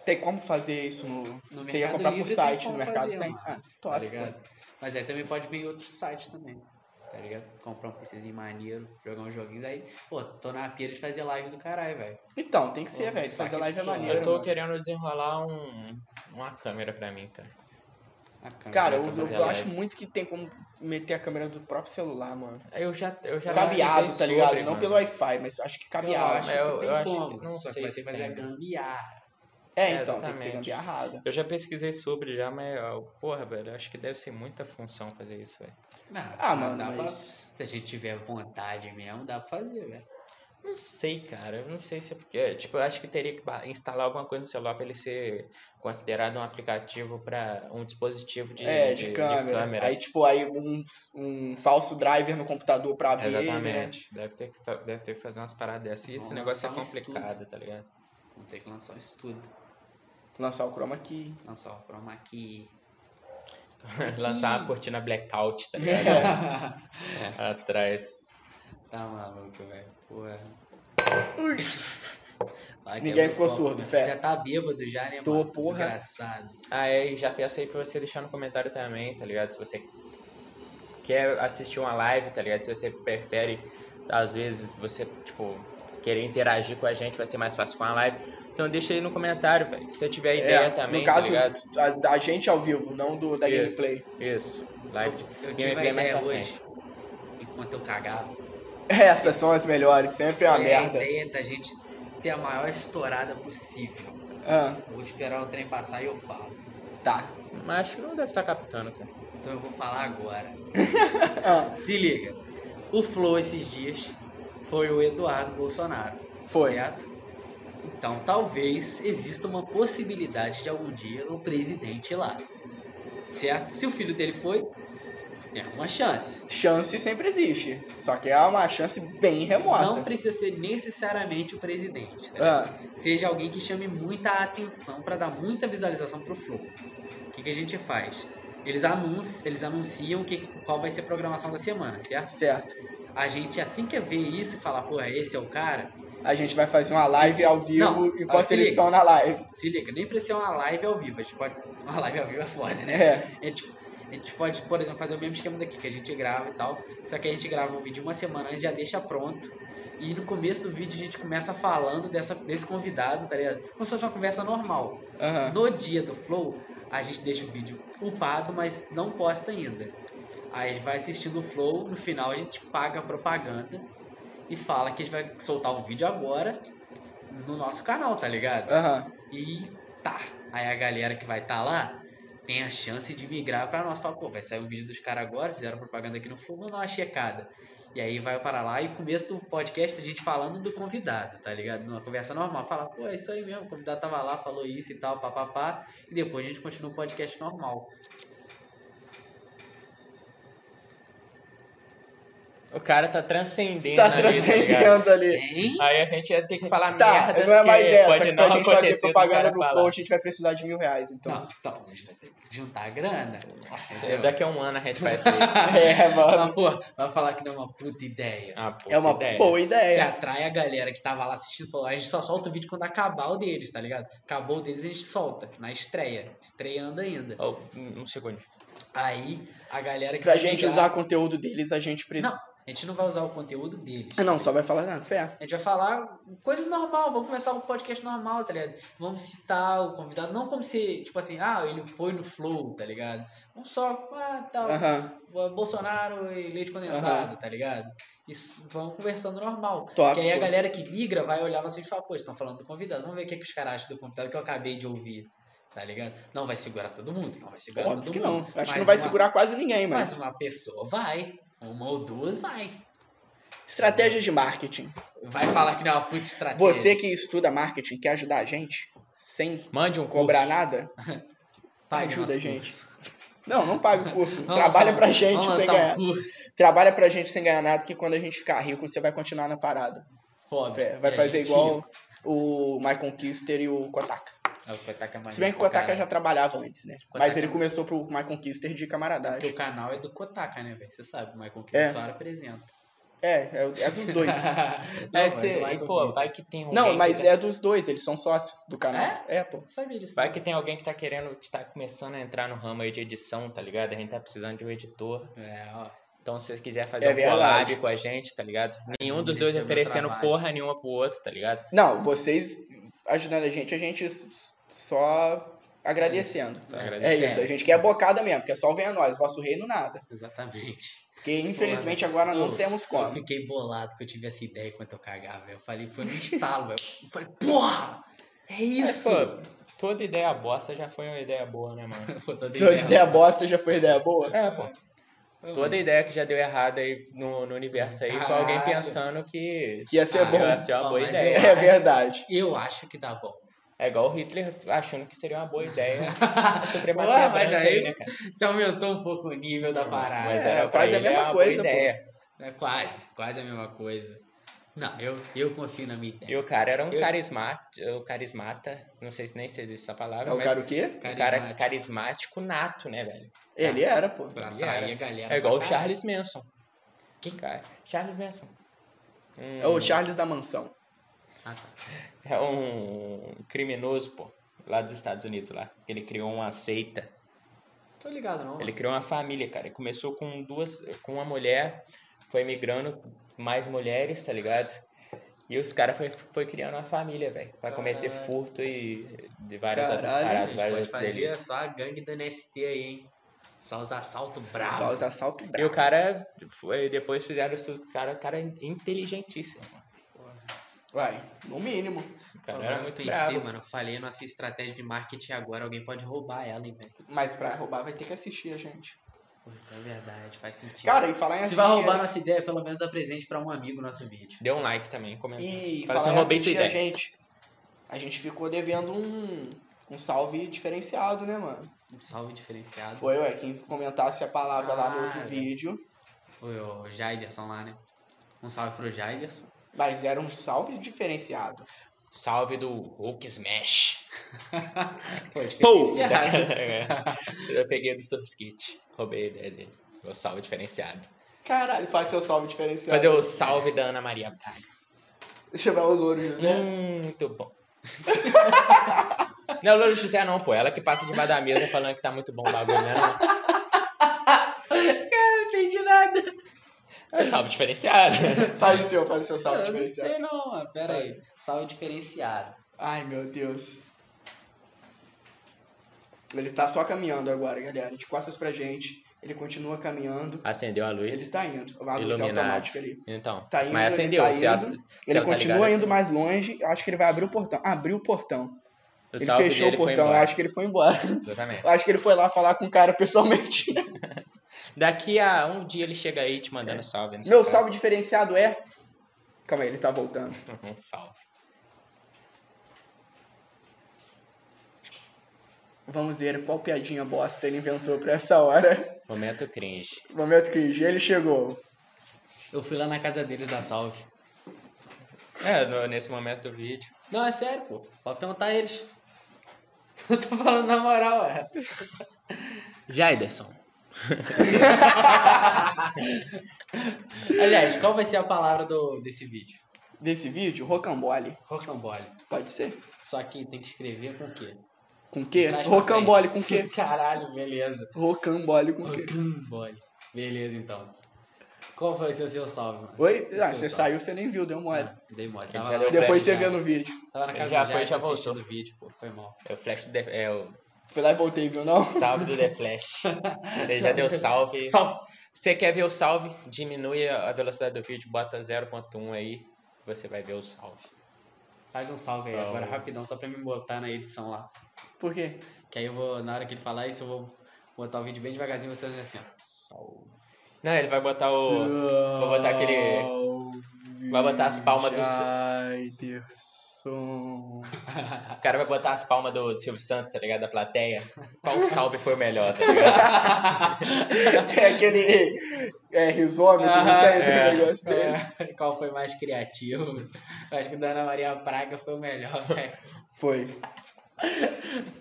A: Tem como fazer isso no.
B: No
A: Você ia
B: Mercado
A: comprar por
B: Livre tem
A: site,
B: como
A: no mercado
B: fazer,
A: tem.
B: mano.
A: Ah,
B: tá
A: top.
B: ligado? Mas aí também pode vir em outro site também, tá ligado? Comprar um PCzinho maneiro, jogar uns joguinhos aí. Pô, tô na pira de fazer live do caralho, velho.
A: Então, tem que ser,
B: Pô,
A: velho.
B: tá
A: Fazer live é
B: aqui, ó.
A: maneiro.
C: Eu tô
A: mano.
C: querendo desenrolar um, uma câmera pra mim, cara.
B: A câmera
A: Cara,
B: dessa
A: eu, eu
C: fazer live.
A: acho muito que tem como meter a câmera do próprio celular, mano.
C: Eu já, eu já pesquisei
A: Cabeado, tá
C: sobre,
A: ligado? Não
C: mano.
A: pelo Wi-Fi, mas acho que
B: eu
A: cabeado.
B: acho
C: mas É, eu-
B: que tem
C: eu acho
B: como,
C: que- não
B: só
C: sei
B: que vai
C: se
B: ter que fazer a
C: tem.
B: gambiarra.
A: É,
C: É,
A: então, tem que ser
C: exatamente.
A: gambiarrada.
C: Eu já pesquisei sobre já, mas, ó, porra, velho, acho que deve ser muita função fazer isso, velho.
A: Ah,
B: dá-
A: mano,
B: dá pra-
A: mas-
B: tá, Se a gente tiver vontade mesmo, dá pra fazer, velho.
C: Não sei, cara. Eu não sei se é porque. Tipo, eu acho que teria que ba- instalar alguma coisa no celular pra ele ser considerado um aplicativo pra um dispositivo de,
A: é, de,
C: de- de
A: câmera. Aí, tipo, aí um, um falso driver no computador pra abrir. né?
C: Exatamente. Deve, ter que, esta- deve ter que fazer umas paradas dessas. E esse
B: Vamos
C: negócio é
B: lançar um estudo.
C: complicado, tá ligado? [LAUGHS]
B: Vamos ter que lançar um estudo.
A: né? Lançar o chroma key.
B: Lançar o
A: [LAUGHS]
B: Chroma aqui.
C: Lançar uma cortina blackout,
B: [LAUGHS]
C: tá ligado? [LAUGHS] Atrás.
B: Tá maluco, velho. Porra. [LAUGHS] é
A: Ninguém ficou surdo, fé.
B: Já tá bêbado já, né,
A: Tô,
B: mano?
A: porra.
B: Desgraçado.
C: Ah, é, e já peço aí pra você deixar no comentário também, tá ligado? Se você quer assistir uma live, tá ligado? Se você prefere, às vezes, você, tipo, querer interagir com a gente, vai ser mais fácil com a live. Então deixa aí no comentário, velho. Se você tiver ideia também,
A: É, no caso,
C: tá ligado?
A: a, da gente ao vivo, não do, da gameplay. [LAUGHS]
C: Isso. Live de
B: Eu tive uma
C: gameplay mais
B: ideia
C: pra
B: hoje,
C: frente.
B: enquanto eu cagava.
A: Essas são as melhores, sempre é uma
B: Foi
A: merda.
B: A ideia da gente ter a maior estourada possível.
A: Ah,
B: Vou esperar o trem passar e eu falo.
A: tá.
C: Mas acho que não deve estar captando, cara.
B: Então eu vou falar agora.
A: [LAUGHS] Ah,
B: Se liga. O Flow esses dias foi o Eduardo Bolsonaro.
A: Foi.
B: Certo? Então talvez exista uma possibilidade de algum dia o presidente ir lá. Certo? Se o filho dele foi, tem uma chance.
A: chance sempre existe. Só que é uma chance bem remota.
B: Não precisa ser necessariamente o presidente. Tá
A: Ah.
B: ligado? Seja alguém que chame muita atenção pra dar muita visualização pro Flow. O que, que a gente faz? Eles, anunci- eles anunciam que, qual vai ser a programação da semana, certo?
A: Certo.
B: A gente, assim que vê isso e falar, porra, esse é o cara,
A: A gente vai fazer uma live ao vivo
B: Não,
A: enquanto
B: se
A: eles
B: liga.
A: estão na live.
B: se liga, nem precisa ser uma live ao vivo. A gente pode. [LAUGHS] Uma live ao vivo é foda, né?
A: É.
B: A gente, a gente pode, por exemplo, fazer o mesmo esquema daqui, que a gente grava e tal. Só que a gente grava o vídeo uma semana antes, já deixa pronto. E no começo do vídeo a gente começa falando dessa, desse convidado, tá ligado? Como se fosse uma conversa normal.
A: Aham.
B: No dia do Flow, a gente deixa o vídeo upado, mas não posta ainda. Aí a gente vai assistindo o Flow, no final a gente paga a propaganda e fala que a gente vai soltar um vídeo agora no nosso canal, tá ligado?
A: Aham.
B: E tá. Aí a galera que vai estar lá tem a chance de migrar pra nós. Fala, pô, vai sair um vídeo dos caras agora, fizeram propaganda aqui no Flow, vamos dar uma checada. E aí vai para lá e começo do podcast a gente falando do convidado, tá ligado? Numa conversa normal. Fala, pô, é isso aí mesmo, o convidado tava lá, falou isso e tal, papapá. E depois a gente continua o podcast normal.
C: O cara tá transcendendo.
A: Tá
C: ali, ligado?
A: transcendendo ali.
B: Hein?
C: Aí a gente ia ter que falar
A: Tá,
C: merdas
A: não é uma
B: assim,
C: que
A: ideia, só
C: pode
A: que
C: não
A: pra gente fazer
C: acontecer dos
A: propaganda
C: caras
A: no
C: falar.
A: Flow, a gente vai precisar de mil reais, então.
B: [LAUGHS] Não, então, a gente vai ter que juntar a grana.
C: Nossa,
B: Entendeu?
C: daqui a um ano a gente faz isso aí.
A: É, mano.
B: Mas, pô, vai falar que não é uma puta ideia.
C: Ah, pô,
A: É uma
C: que ideia.
A: boa
B: que
A: ideia.
B: atrai a galera que tava lá assistindo, falou, a gente só solta o vídeo quando acabar o deles, tá ligado? Acabou o deles, a gente solta, na estreia, estreando ainda.
C: Ó, um um segundo.
B: Aí, a galera que
A: Pra
B: vai
A: gente
B: pegar-
A: usar o conteúdo deles, a gente
B: Não,
A: precisa.
B: a gente não vai usar o conteúdo deles.
A: Ah, Não, só vai falar, não, fé.
B: A gente vai falar coisa normal, vamos começar o podcast normal, tá ligado? Vamos citar o convidado, não como se, tipo assim, ah, ele foi no flow, tá ligado? Vamos só, ah, tal,
A: Aham.
B: Bolsonaro e leite condensado, tá ligado? Isso, vamos conversando normal.
A: Top,
B: que aí a
A: pô.
B: galera que migra vai olhar nosso vídeo e falar, pô, estão falando do convidado, vamos ver o que, é que os caras acham do convidado que eu acabei de ouvir, tá ligado? Não vai segurar todo mundo, não vai segurar
A: Óbvio
B: todo
A: que não.
B: mundo.
A: Acho que
B: Mas
A: não vai
B: uma-
A: segurar quase ninguém,
B: Mas...
A: mas.
B: uma pessoa vai, uma ou duas vai.
A: Estratégias de marketing.
B: Vai falar que não é uma puta estratégia.
A: Você que estuda marketing, quer ajudar a gente? Sem
C: Mande um
A: cobrar
C: curso.
A: nada?
B: Paga
A: ajuda
B: nosso
A: a gente.
B: curso.
A: Não, não paga o curso.
B: Vamos
A: Trabalha
B: lançar um-
A: pra gente
B: vamos
A: sem
B: lançar
A: ganhar.
B: Um curso.
A: Trabalha pra gente sem ganhar nada, que quando a gente ficar rico, você vai continuar na parada.
B: Foda.
A: É, vai
B: E a
A: fazer
B: gente-
A: igual o Michael Kister e o Kotaka.
B: Ah, o Kotaka é maneiro
A: Se bem que o
B: pra
A: Kotaka
B: caralho.
A: já trabalhava antes, né?
B: Kotaka-
A: Mas ele começou pro Michael Kister de
B: Porque
A: camaradagem.
B: o canal é do Kotaka, né, velho? Você sabe, o Michael
A: É.
B: Kinsara apresenta.
A: [LAUGHS] É, é, o- é dos dois.
B: [LAUGHS] Não,
C: É,
B: mas
C: cê-
B: vai
C: e,
B: com
C: pô,
B: isso.
C: vai que tem alguém.
B: então.
A: Não, mas
C: que tá-
A: é dos dois, eles são sócios do canal. É, pô.
B: Sabia disso.
C: Vai que tem alguém que tá querendo, que tá começando a entrar no ramo aí de edição, tá ligado? A gente tá precisando de um editor.
B: É, ó.
C: Então, se você quiser fazer
A: É
C: um
A: verdade.
C: collab com a gente, tá ligado? Nenhum dos
B: desmereceu
C: dois
B: meu
C: oferecendo
B: trabalho.
C: porra nenhuma pro outro, tá ligado?
A: Não, vocês ajudando a gente, a gente s- só agradecendo.
C: Só
A: É
C: agradecendo.
A: isso, a gente quer bocada mesmo, porque só vem a nós, vosso reino nada.
B: Exatamente.
A: Porque infelizmente agora não
B: Ô,
A: temos
B: Eu
A: como.
B: fiquei bolado que eu tive essa ideia enquanto eu cagava. Eu falei, foi no instalo, velho. Eu falei, porra! É
C: Mas,
B: isso!
C: pô, toda ideia bosta já foi uma ideia boa, né, mano?
B: Pô, tô
A: Se a
B: devendo.
A: ideia bosta já foi ideia boa.
C: É, pô. Toda ideia que já deu errado aí no, no universo aí foi alguém
B: Caralho.
C: pensando que.
A: Que ia ser
C: ah,
A: bom.
C: Ia ser uma
B: Ó,
C: boa
B: mas
C: ideia.
A: [LAUGHS] É verdade.
B: Eu acho que tá bom.
C: É igual o Hitler achando que seria uma boa ideia a
B: Ué,
C: supremacia
B: mas
C: branca
B: aí-
C: aí, né, cara?
B: Você aumentou um pouco o nível da parada.
C: Mas
A: é,
C: era pra
A: quase a
C: ele,
A: mesma
C: uma boa
A: coisa, pô.
C: ideia.
B: É quase, quase a mesma coisa. Não, eu, eu confio na minha ideia.
C: E o cara era um
B: Eu-
C: carismata, carismata, não sei se nem se existe essa palavra,
A: É o
C: mas
A: cara o quê?
C: um cara carismático nato, né, velho?
A: Ele era, pô.
B: Pra
C: Ele era.
B: atrair a galera.
C: É igual o
B: pra caralho.
C: Charles Manson. Quem cara? Charles Manson.
A: É o Charles da Mansão.
B: Ah, tá.
C: É um criminoso, pô, lá dos Estados Unidos lá. Ele criou uma seita
B: Tô ligado, não.
C: Ele criou uma família, cara. Começou com duas, com uma mulher, foi migrando mais mulheres, tá ligado? E os caras foi, foi criando uma família, velho. Pra cometer
B: Caralho.
C: furto e de várias outras
A: Caralho,
B: A
C: paradas,
B: gente
C: vários
B: pode
C: é outros
B: fazer
C: delitos.
B: só a gangue do NST aí, hein? Só os assaltos bravos.
A: Só os assaltos
C: E
A: bravos.
C: o cara foi, depois fizeram isso tudo. O cara, o cara é inteligentíssimo, mano.
A: Vai, no mínimo.
C: O cara
B: Agora
C: era
B: eu
C: é muito
B: pensei,
C: bravo.
B: mano, eu falei nossa estratégia de marketing agora, alguém pode roubar ela, hein, velho.
A: Mas pra roubar vai ter que assistir a gente.
B: Pô, É verdade, faz sentido.
A: Cara, e falar em
B: Se
A: assistir.
B: vai roubar nossa ideia, pelo menos apresente pra um amigo nosso vídeo.
C: Dê um like também, comenta.
A: E falar
C: Fala assim,
A: em
C: eu roubei sua
A: assistir a
C: ideia.
A: gente. A gente ficou devendo um, um salve diferenciado, né, mano?
B: Um salve diferenciado.
A: Foi, ué, quem comentasse a palavra lá no outro
B: Cara.
A: vídeo.
B: Foi o Jaiderson lá, né? Um salve pro Jaiderson.
A: Mas era um salve diferenciado.
C: Salve do Hulk Smash.
B: Foi
C: Pou!
B: [LAUGHS] diferenciado.
C: [LAUGHS] eu peguei do Surskit. Roubei a ideia dele. O salve diferenciado.
A: Caralho, faz seu salve diferenciado.
C: Fazer o salve da Ana Maria Braga.
A: Chamar o Louro José.
C: Hum, muito bom. [LAUGHS] Não, Lourdes José não, pô. Ela que passa debaixo da mesa falando que tá muito bom o bagulho, né? não?
B: Não entendi nada.
C: É
A: [LAUGHS]
C: salve diferenciado.
A: Faz o seu, faz o seu salve
B: Eu não
A: diferenciado.
B: sei não, mano. Pera aí. Salve diferenciado.
A: Ai, meu Deus. Ele tá só caminhando agora, galera. De costas pra gente. Ele continua caminhando.
C: Acendeu a
A: Ele
C: luz.
A: tá indo. A luz
C: Iluminado.
A: automática ali.
C: Então,
A: Tá indo,
C: mas acendeu.
A: ele tá
C: se ela-
A: indo.
C: se
A: Ele
C: ela tá
A: continua
C: ligada,
A: indo mais longe. Eu acho que ele vai abrir o portão. Abriu o portão.
C: O
A: ele
C: salve
A: fechou o
C: dele foi
A: portão. Eu
C: embora.
A: acho que ele foi embora. [LAUGHS]
C: Exatamente.
A: Eu acho que ele foi lá falar com o cara pessoalmente. [LAUGHS]
C: Daqui a um dia ele chega aí te mandando salve. não sei
A: É. Meu
C: o quê.
A: salve diferenciado é. Calma aí, ele tá voltando.
C: [LAUGHS] Um salve.
A: Vamos ver qual piadinha bosta ele inventou pra essa hora.
C: Momento cringe.
A: Momento cringe. Ele chegou.
B: Eu fui lá na casa deles dar salve.
C: É, no- nesse momento do vídeo.
B: Não, é sério, pô. Pode perguntar a eles. [LAUGHS] Eu tô falando na moral, é. Jaiderson. [LAUGHS] Aliás, qual vai ser a palavra do, desse vídeo?
A: Desse vídeo, rocambole.
B: Rocambole.
A: Pode ser?
B: Só que tem que escrever com o quê?
A: Com quê?
B: Traz pra
A: Rocambole com
B: frente.
A: quê?
B: [LAUGHS] Caralho, beleza.
A: Rocambole com
C: [LAUGHS]
A: quê?
B: Rocambole. Beleza, então. Qual foi o seu, seu salve, mano?
A: Oi?
B: O
A: Ah,
B: seu
A: você
B: salve.
C: tá.
A: saiu, você nem viu, deu
C: É.
A: mole.
B: Ah, Dei mole.
C: já
B: Tava lá,
C: deu
B: na
A: Depois
B: casa
A: você vê
B: do
A: no
B: Jaiderson.
A: vídeo.
B: Tava na
C: Ele
B: casa
C: já
B: do
C: foi,
B: Jaiderson
C: já voltou.
B: assistindo o vídeo, pô. Foi mal.
C: É o flash do The, é o
A: Fui lá e voltei, viu? Não?
C: salve do The Flash. Ele já deu
A: [LAUGHS]
C: salve.
B: Salve!
C: Você quer ver o salve? Diminui a a velocidade do vídeo, bota 0.1 aí, você vai ver o salve.
B: Faz um salve aí
C: Salve.
B: agora, rapidão, só pra me botar na edição lá.
A: Por quê?
B: Que aí eu vou, na hora que ele falar isso, eu vou botar o vídeo bem devagarzinho e você vai fazer assim, ó.
C: Salve. Não, ele vai botar o vou botar aquele- vai botar as palmas do-
A: Ai,
C: [LAUGHS]
A: Deus.
C: o cara vai botar as palmas do, do Silvio Santos, tá ligado? Da plateia. Qual salve foi o melhor, tá
A: [LAUGHS]
C: ligado?
A: Tem aquele é, risômetro, não tem, tem
C: é.
A: um negócio dele.
B: É, [LAUGHS] Qual foi mais criativo? Eu acho que o da Ana Maria Praga foi o melhor, [LAUGHS] né? velho.
A: Foi.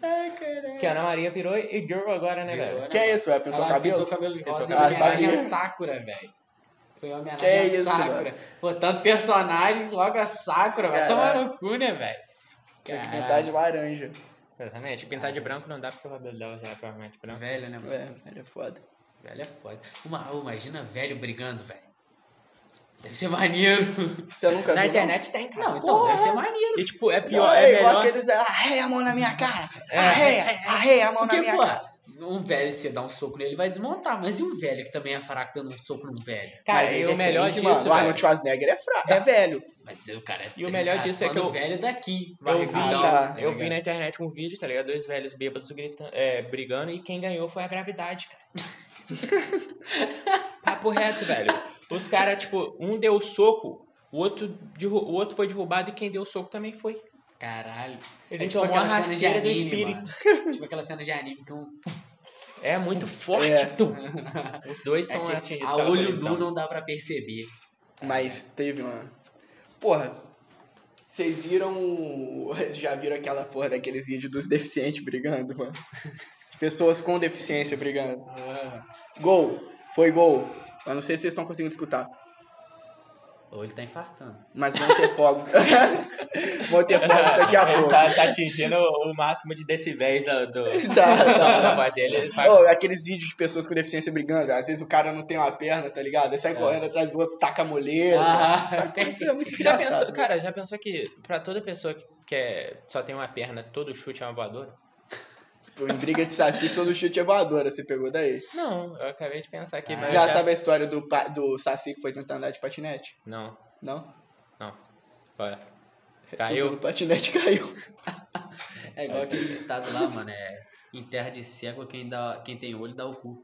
B: Ai, caralho.
C: que a Ana Maria virou e girl agora, né, velho?
A: Que é isso, é? Pintou o
B: Ela
A: cabelo?
B: pintou o cabelo de
C: Pintou
B: rosa em
A: cabelo. Ah,
B: homenagem a
A: sabia.
B: Sakura, velho. Foi uma homenagem
A: Que
B: a
A: isso,
B: Sakura. Pô, tanto personagem, logo a Sakura, vai tomar
A: Caralho.
B: no cu, né, velho?
A: Tinha que
B: Caralho.
A: pintar de laranja.
C: Exatamente. Pintar de branco não dá porque o cabelo dela já é provavelmente branco.
B: Velho, né, mano?
A: É, velho, é foda.
B: Velho é foda. Uma, oh, imagina velho brigando, velho. Deve ser maneiro. [LAUGHS]
A: Você nunca viu,
C: Na
A: não?
C: internet tem, cara.
B: Não, então, deve ser maneiro.
C: E tipo, é pior,
A: Não,
C: é,
A: é igual
C: melhor.
A: aqueles, é, arreia a mão na minha cara. Arreia, arreia a mão na
B: Porque,
A: minha
B: pô,
A: cara.
B: um velho, se você dá um soco nele, ele vai desmontar. Mas e um velho que também é fraco dando um soco num velho?
C: Cara,
A: Mas aí
C: e o melhor
A: depende,
C: disso,
A: mano, o
C: velho.
A: Arnold Schwarzenegger é, fra... é velho.
B: Mas o cara é
C: E o melhor
B: trincado.
C: disso é que
B: Quando
C: eu-
B: o velho daqui. vai
C: Eu vi,
A: Ah,
B: revidar,
A: tá.
B: tá
C: eu vi
B: ligado?
C: na internet um vídeo, tá ligado? Dois velhos bêbados gritando, é, brigando e quem ganhou foi a gravidade, cara. Papo reto, velho. Os caras, tipo, um deu soco, o outro, derru- o outro foi derrubado e quem deu soco também foi.
B: Caralho. É tipo
C: Ele tomou a
B: aquela cena de
C: rasteira do
B: anime,
C: espírito.
B: mano. tipo aquela cena de anime que um.
C: É muito forte,
A: É.
C: tu. Os dois são
B: é que
C: atingidos
B: a
C: pela
B: olho
C: colisão.
B: nu não dá pra perceber.
A: Mas teve uma. Porra, vocês viram. o- [LAUGHS] Já viram aquela porra daqueles vídeos dos deficientes brigando, mano? [LAUGHS] Pessoas com deficiência brigando.
C: Ah.
A: Gol! Foi gol! Eu não sei se vocês estão conseguindo escutar.
B: Ou ele tá infartando.
A: Mas vão ter fogos. [LAUGHS] vão ter fogos daqui a
C: Ele
A: pouco.
C: tá, tá atingindo o o máximo de decibéis do, do
A: Tá,
C: do som
A: tá.
C: da voz dele. Ele vai-
A: Ô, aqueles vídeos de pessoas com deficiência brigando. Às vezes o cara não tem uma perna, tá ligado? Aí sai correndo atrás do outro, taca a muleta.
B: [LAUGHS] Ah, tem
A: Isso é muito
C: [LAUGHS] já
A: engraçado.
C: pensou, cara, já pensou que pra toda pessoa que- que é- só tem uma perna, todo chute é uma voadora?
A: Pô, Tipo, Em briga de saci, todo chute é voadora. Você pegou daí.
C: Não, eu acabei de pensar aqui, mas.
A: Ah, Já
C: eu
A: sabe a história do, pa- do saci que foi tentar andar de patinete?
C: Não,
A: Não?
C: não. Olha.
A: Subiu
C: Caiu.
A: no patinete [LAUGHS] caiu.
B: É igual aquele
A: [LAUGHS]
B: ditado lá, mano. É em terra de cego, quem, dá, quem tem olho dá o cu.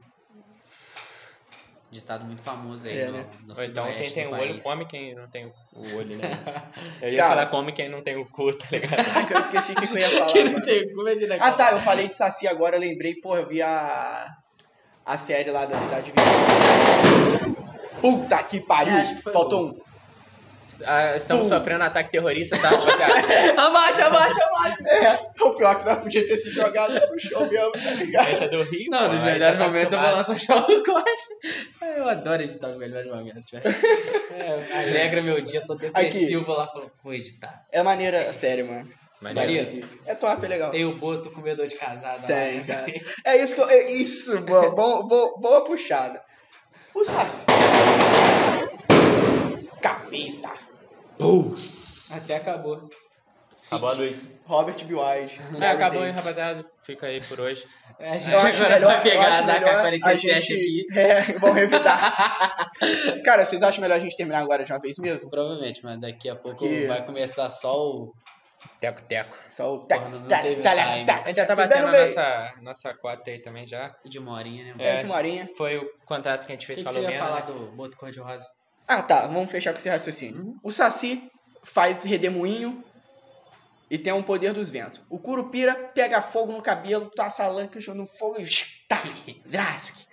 B: Ditado muito famoso aí.
A: É,
B: no,
A: né?
B: no
C: Ou então quem
B: sudoeste
C: tem
B: do
C: o olho
A: [LAUGHS]
B: país.
C: come quem não tem o olho, [LAUGHS] né? Eu ia
A: Cara.
C: falar come quem não tem o cu, tá ligado?
A: Caraca, eu esqueci o Ah, que que eu ia falar.
B: Quem não
A: mano.
B: tem cu, imagina
A: Ah [LAUGHS] tá, eu falei de Saci agora, eu lembrei, pô, eu vi a. a série lá da Cidade Verde. Puta que pariu!
B: É, acho que foi
A: Faltou
B: o-
A: um.
C: Ah, Estamos
A: Pum.
C: sofrendo ataque terrorista, tá? [LAUGHS] rapaziada?
B: Abaixa, abaixa, abaixa.
A: É, [LAUGHS] o pior que nós podia ter se jogado pro show mesmo, tá ligado?
C: Essa é do Rio.
B: Não,
C: pô,
B: nos
C: aí
B: melhores
C: tá
B: momentos eu vou
C: acostumado.
B: lançar só o corte. [LAUGHS] Ah, Eu adoro editar os melhores
A: [LAUGHS]
B: momentos, velho. É, alegra meu dia, tô depressivo, vou lá e falo, vou editar.
A: É maneira a série, mano.
C: Maneiro.
A: Cidade Verde. É top, é legal.
B: Tem o boto com medo de casada. né?
A: Tem, cara. É isso que eu. É isso, boa, bom, bom, boa puxada. O Saci. Capeta.
B: Até acabou.
C: Acabou a
A: É,
C: luz.
A: Robert B. Wise.
C: É, acabou, hein, rapaziada. Fica aí por hoje.
B: A gente
A: Eu acho
B: agora
A: melhor-
B: vai
A: eu
B: pegar
A: acho
B: as
A: melhor a
B: AK-47
A: gente-
B: aqui.
A: É, vão revidar. [LAUGHS] Cara, vocês acham melhor a gente terminar agora de uma vez mesmo?
B: Provavelmente, mas daqui a pouco
A: Que-
B: vai começar só o.
C: Teco, teco.
A: Só o
B: Porra,
A: tac,
B: não
A: tac,
B: teve
A: tac,
B: time.
A: tac.
C: A gente já tá
A: Tudo bem,
C: batendo a
A: bem?
C: nossa, nossa cota aí também já.
B: de uma horinha, né? mano?
A: É, de uma horinha.
C: Foi o contato que a gente
B: O
C: fez
B: que,
C: com
B: que
C: a
B: você ia
C: Lumena,
B: falar
C: né?
B: do boto cor-de-rosa?
A: Ah, tá. Vamos fechar com esse raciocínio. O Saci faz redemoinho e tem um poder dos ventos. O Curupira pega fogo no cabelo, passa a lancha no fogo e... Tá, drasque.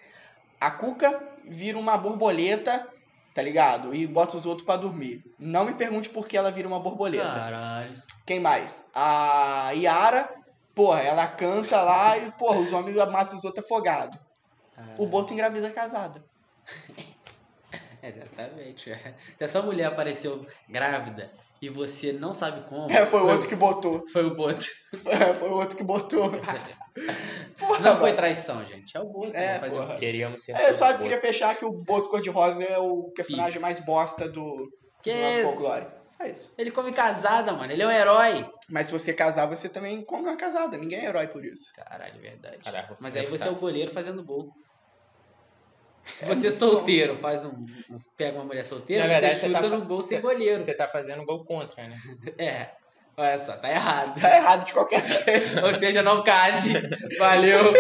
A: A Cuca vira uma borboleta, tá ligado? E bota os outros pra dormir. Não me pergunte por que ela vira uma borboleta.
B: Ah, Caralho.
A: Quem mais? A Yara, porra, ela canta lá e, porra, os homens matam os outros afogados. O Boto engravida casada.
B: Exatamente. [LAUGHS] é. Se essa mulher apareceu grávida e você não sabe como.
A: É, foi o outro que botou.
B: Foi o boto.
A: É, foi o outro que botou. [LAUGHS] Porra,
B: Não foi
A: mano.
B: traição, gente. É o boto.
A: É,
B: né? Fazer o
A: porra.
B: quê?
C: Queríamos ser.
A: É, só eu
C: robô.
A: queria fechar que o Boto Cor-de-Rosa é o personagem mais bosta do,
B: Que
A: do nosso
B: isso?
A: folclore. Só isso.
B: Ele come casada, mano. Ele é um herói.
A: Mas se você casar, você também come uma casada. Ninguém é herói por isso. [LAUGHS]
B: Caralho, é verdade.
C: Caralho, vou
B: Mas aí
C: ficar-
B: você é o goleiro fazendo gol. Se você é solteiro, faz um, um- pega uma mulher solteira,
C: Na verdade,
B: você
C: você
B: chuta
C: tá fa-
B: no gol sem
C: você-
B: goleiro.
C: Você tá fazendo gol contra, né?
B: É. Olha só, tá errado. [LAUGHS]
A: Tá errado de qualquer [LAUGHS] jeito.
B: Ou seja, não case. Valeu.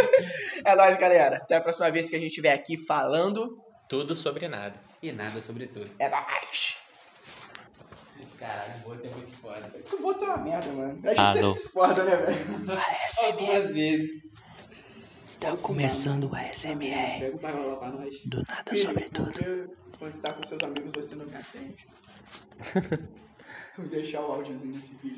A: É nóis, galera. Até a próxima vez que a gente estiver aqui falando.
C: Tudo sobre nada.
B: E nada sobre tudo.
A: É nóis.
B: Caralho, o boto é muito foda.
A: O Boto é uma merda, mano. A gente
C: Ah,
A: sempre
C: não.
A: discorda, né, velho?
B: Algumas vezes.
A: Tá
D: Começando o ASMR,
B: Pega o pai lá pra nós.
D: do nada sobre tudo.
A: Porque quando você
C: [LAUGHS]
A: tá com seus amigos, você não me atende. Vou deixar o áudiozinho desse vídeo.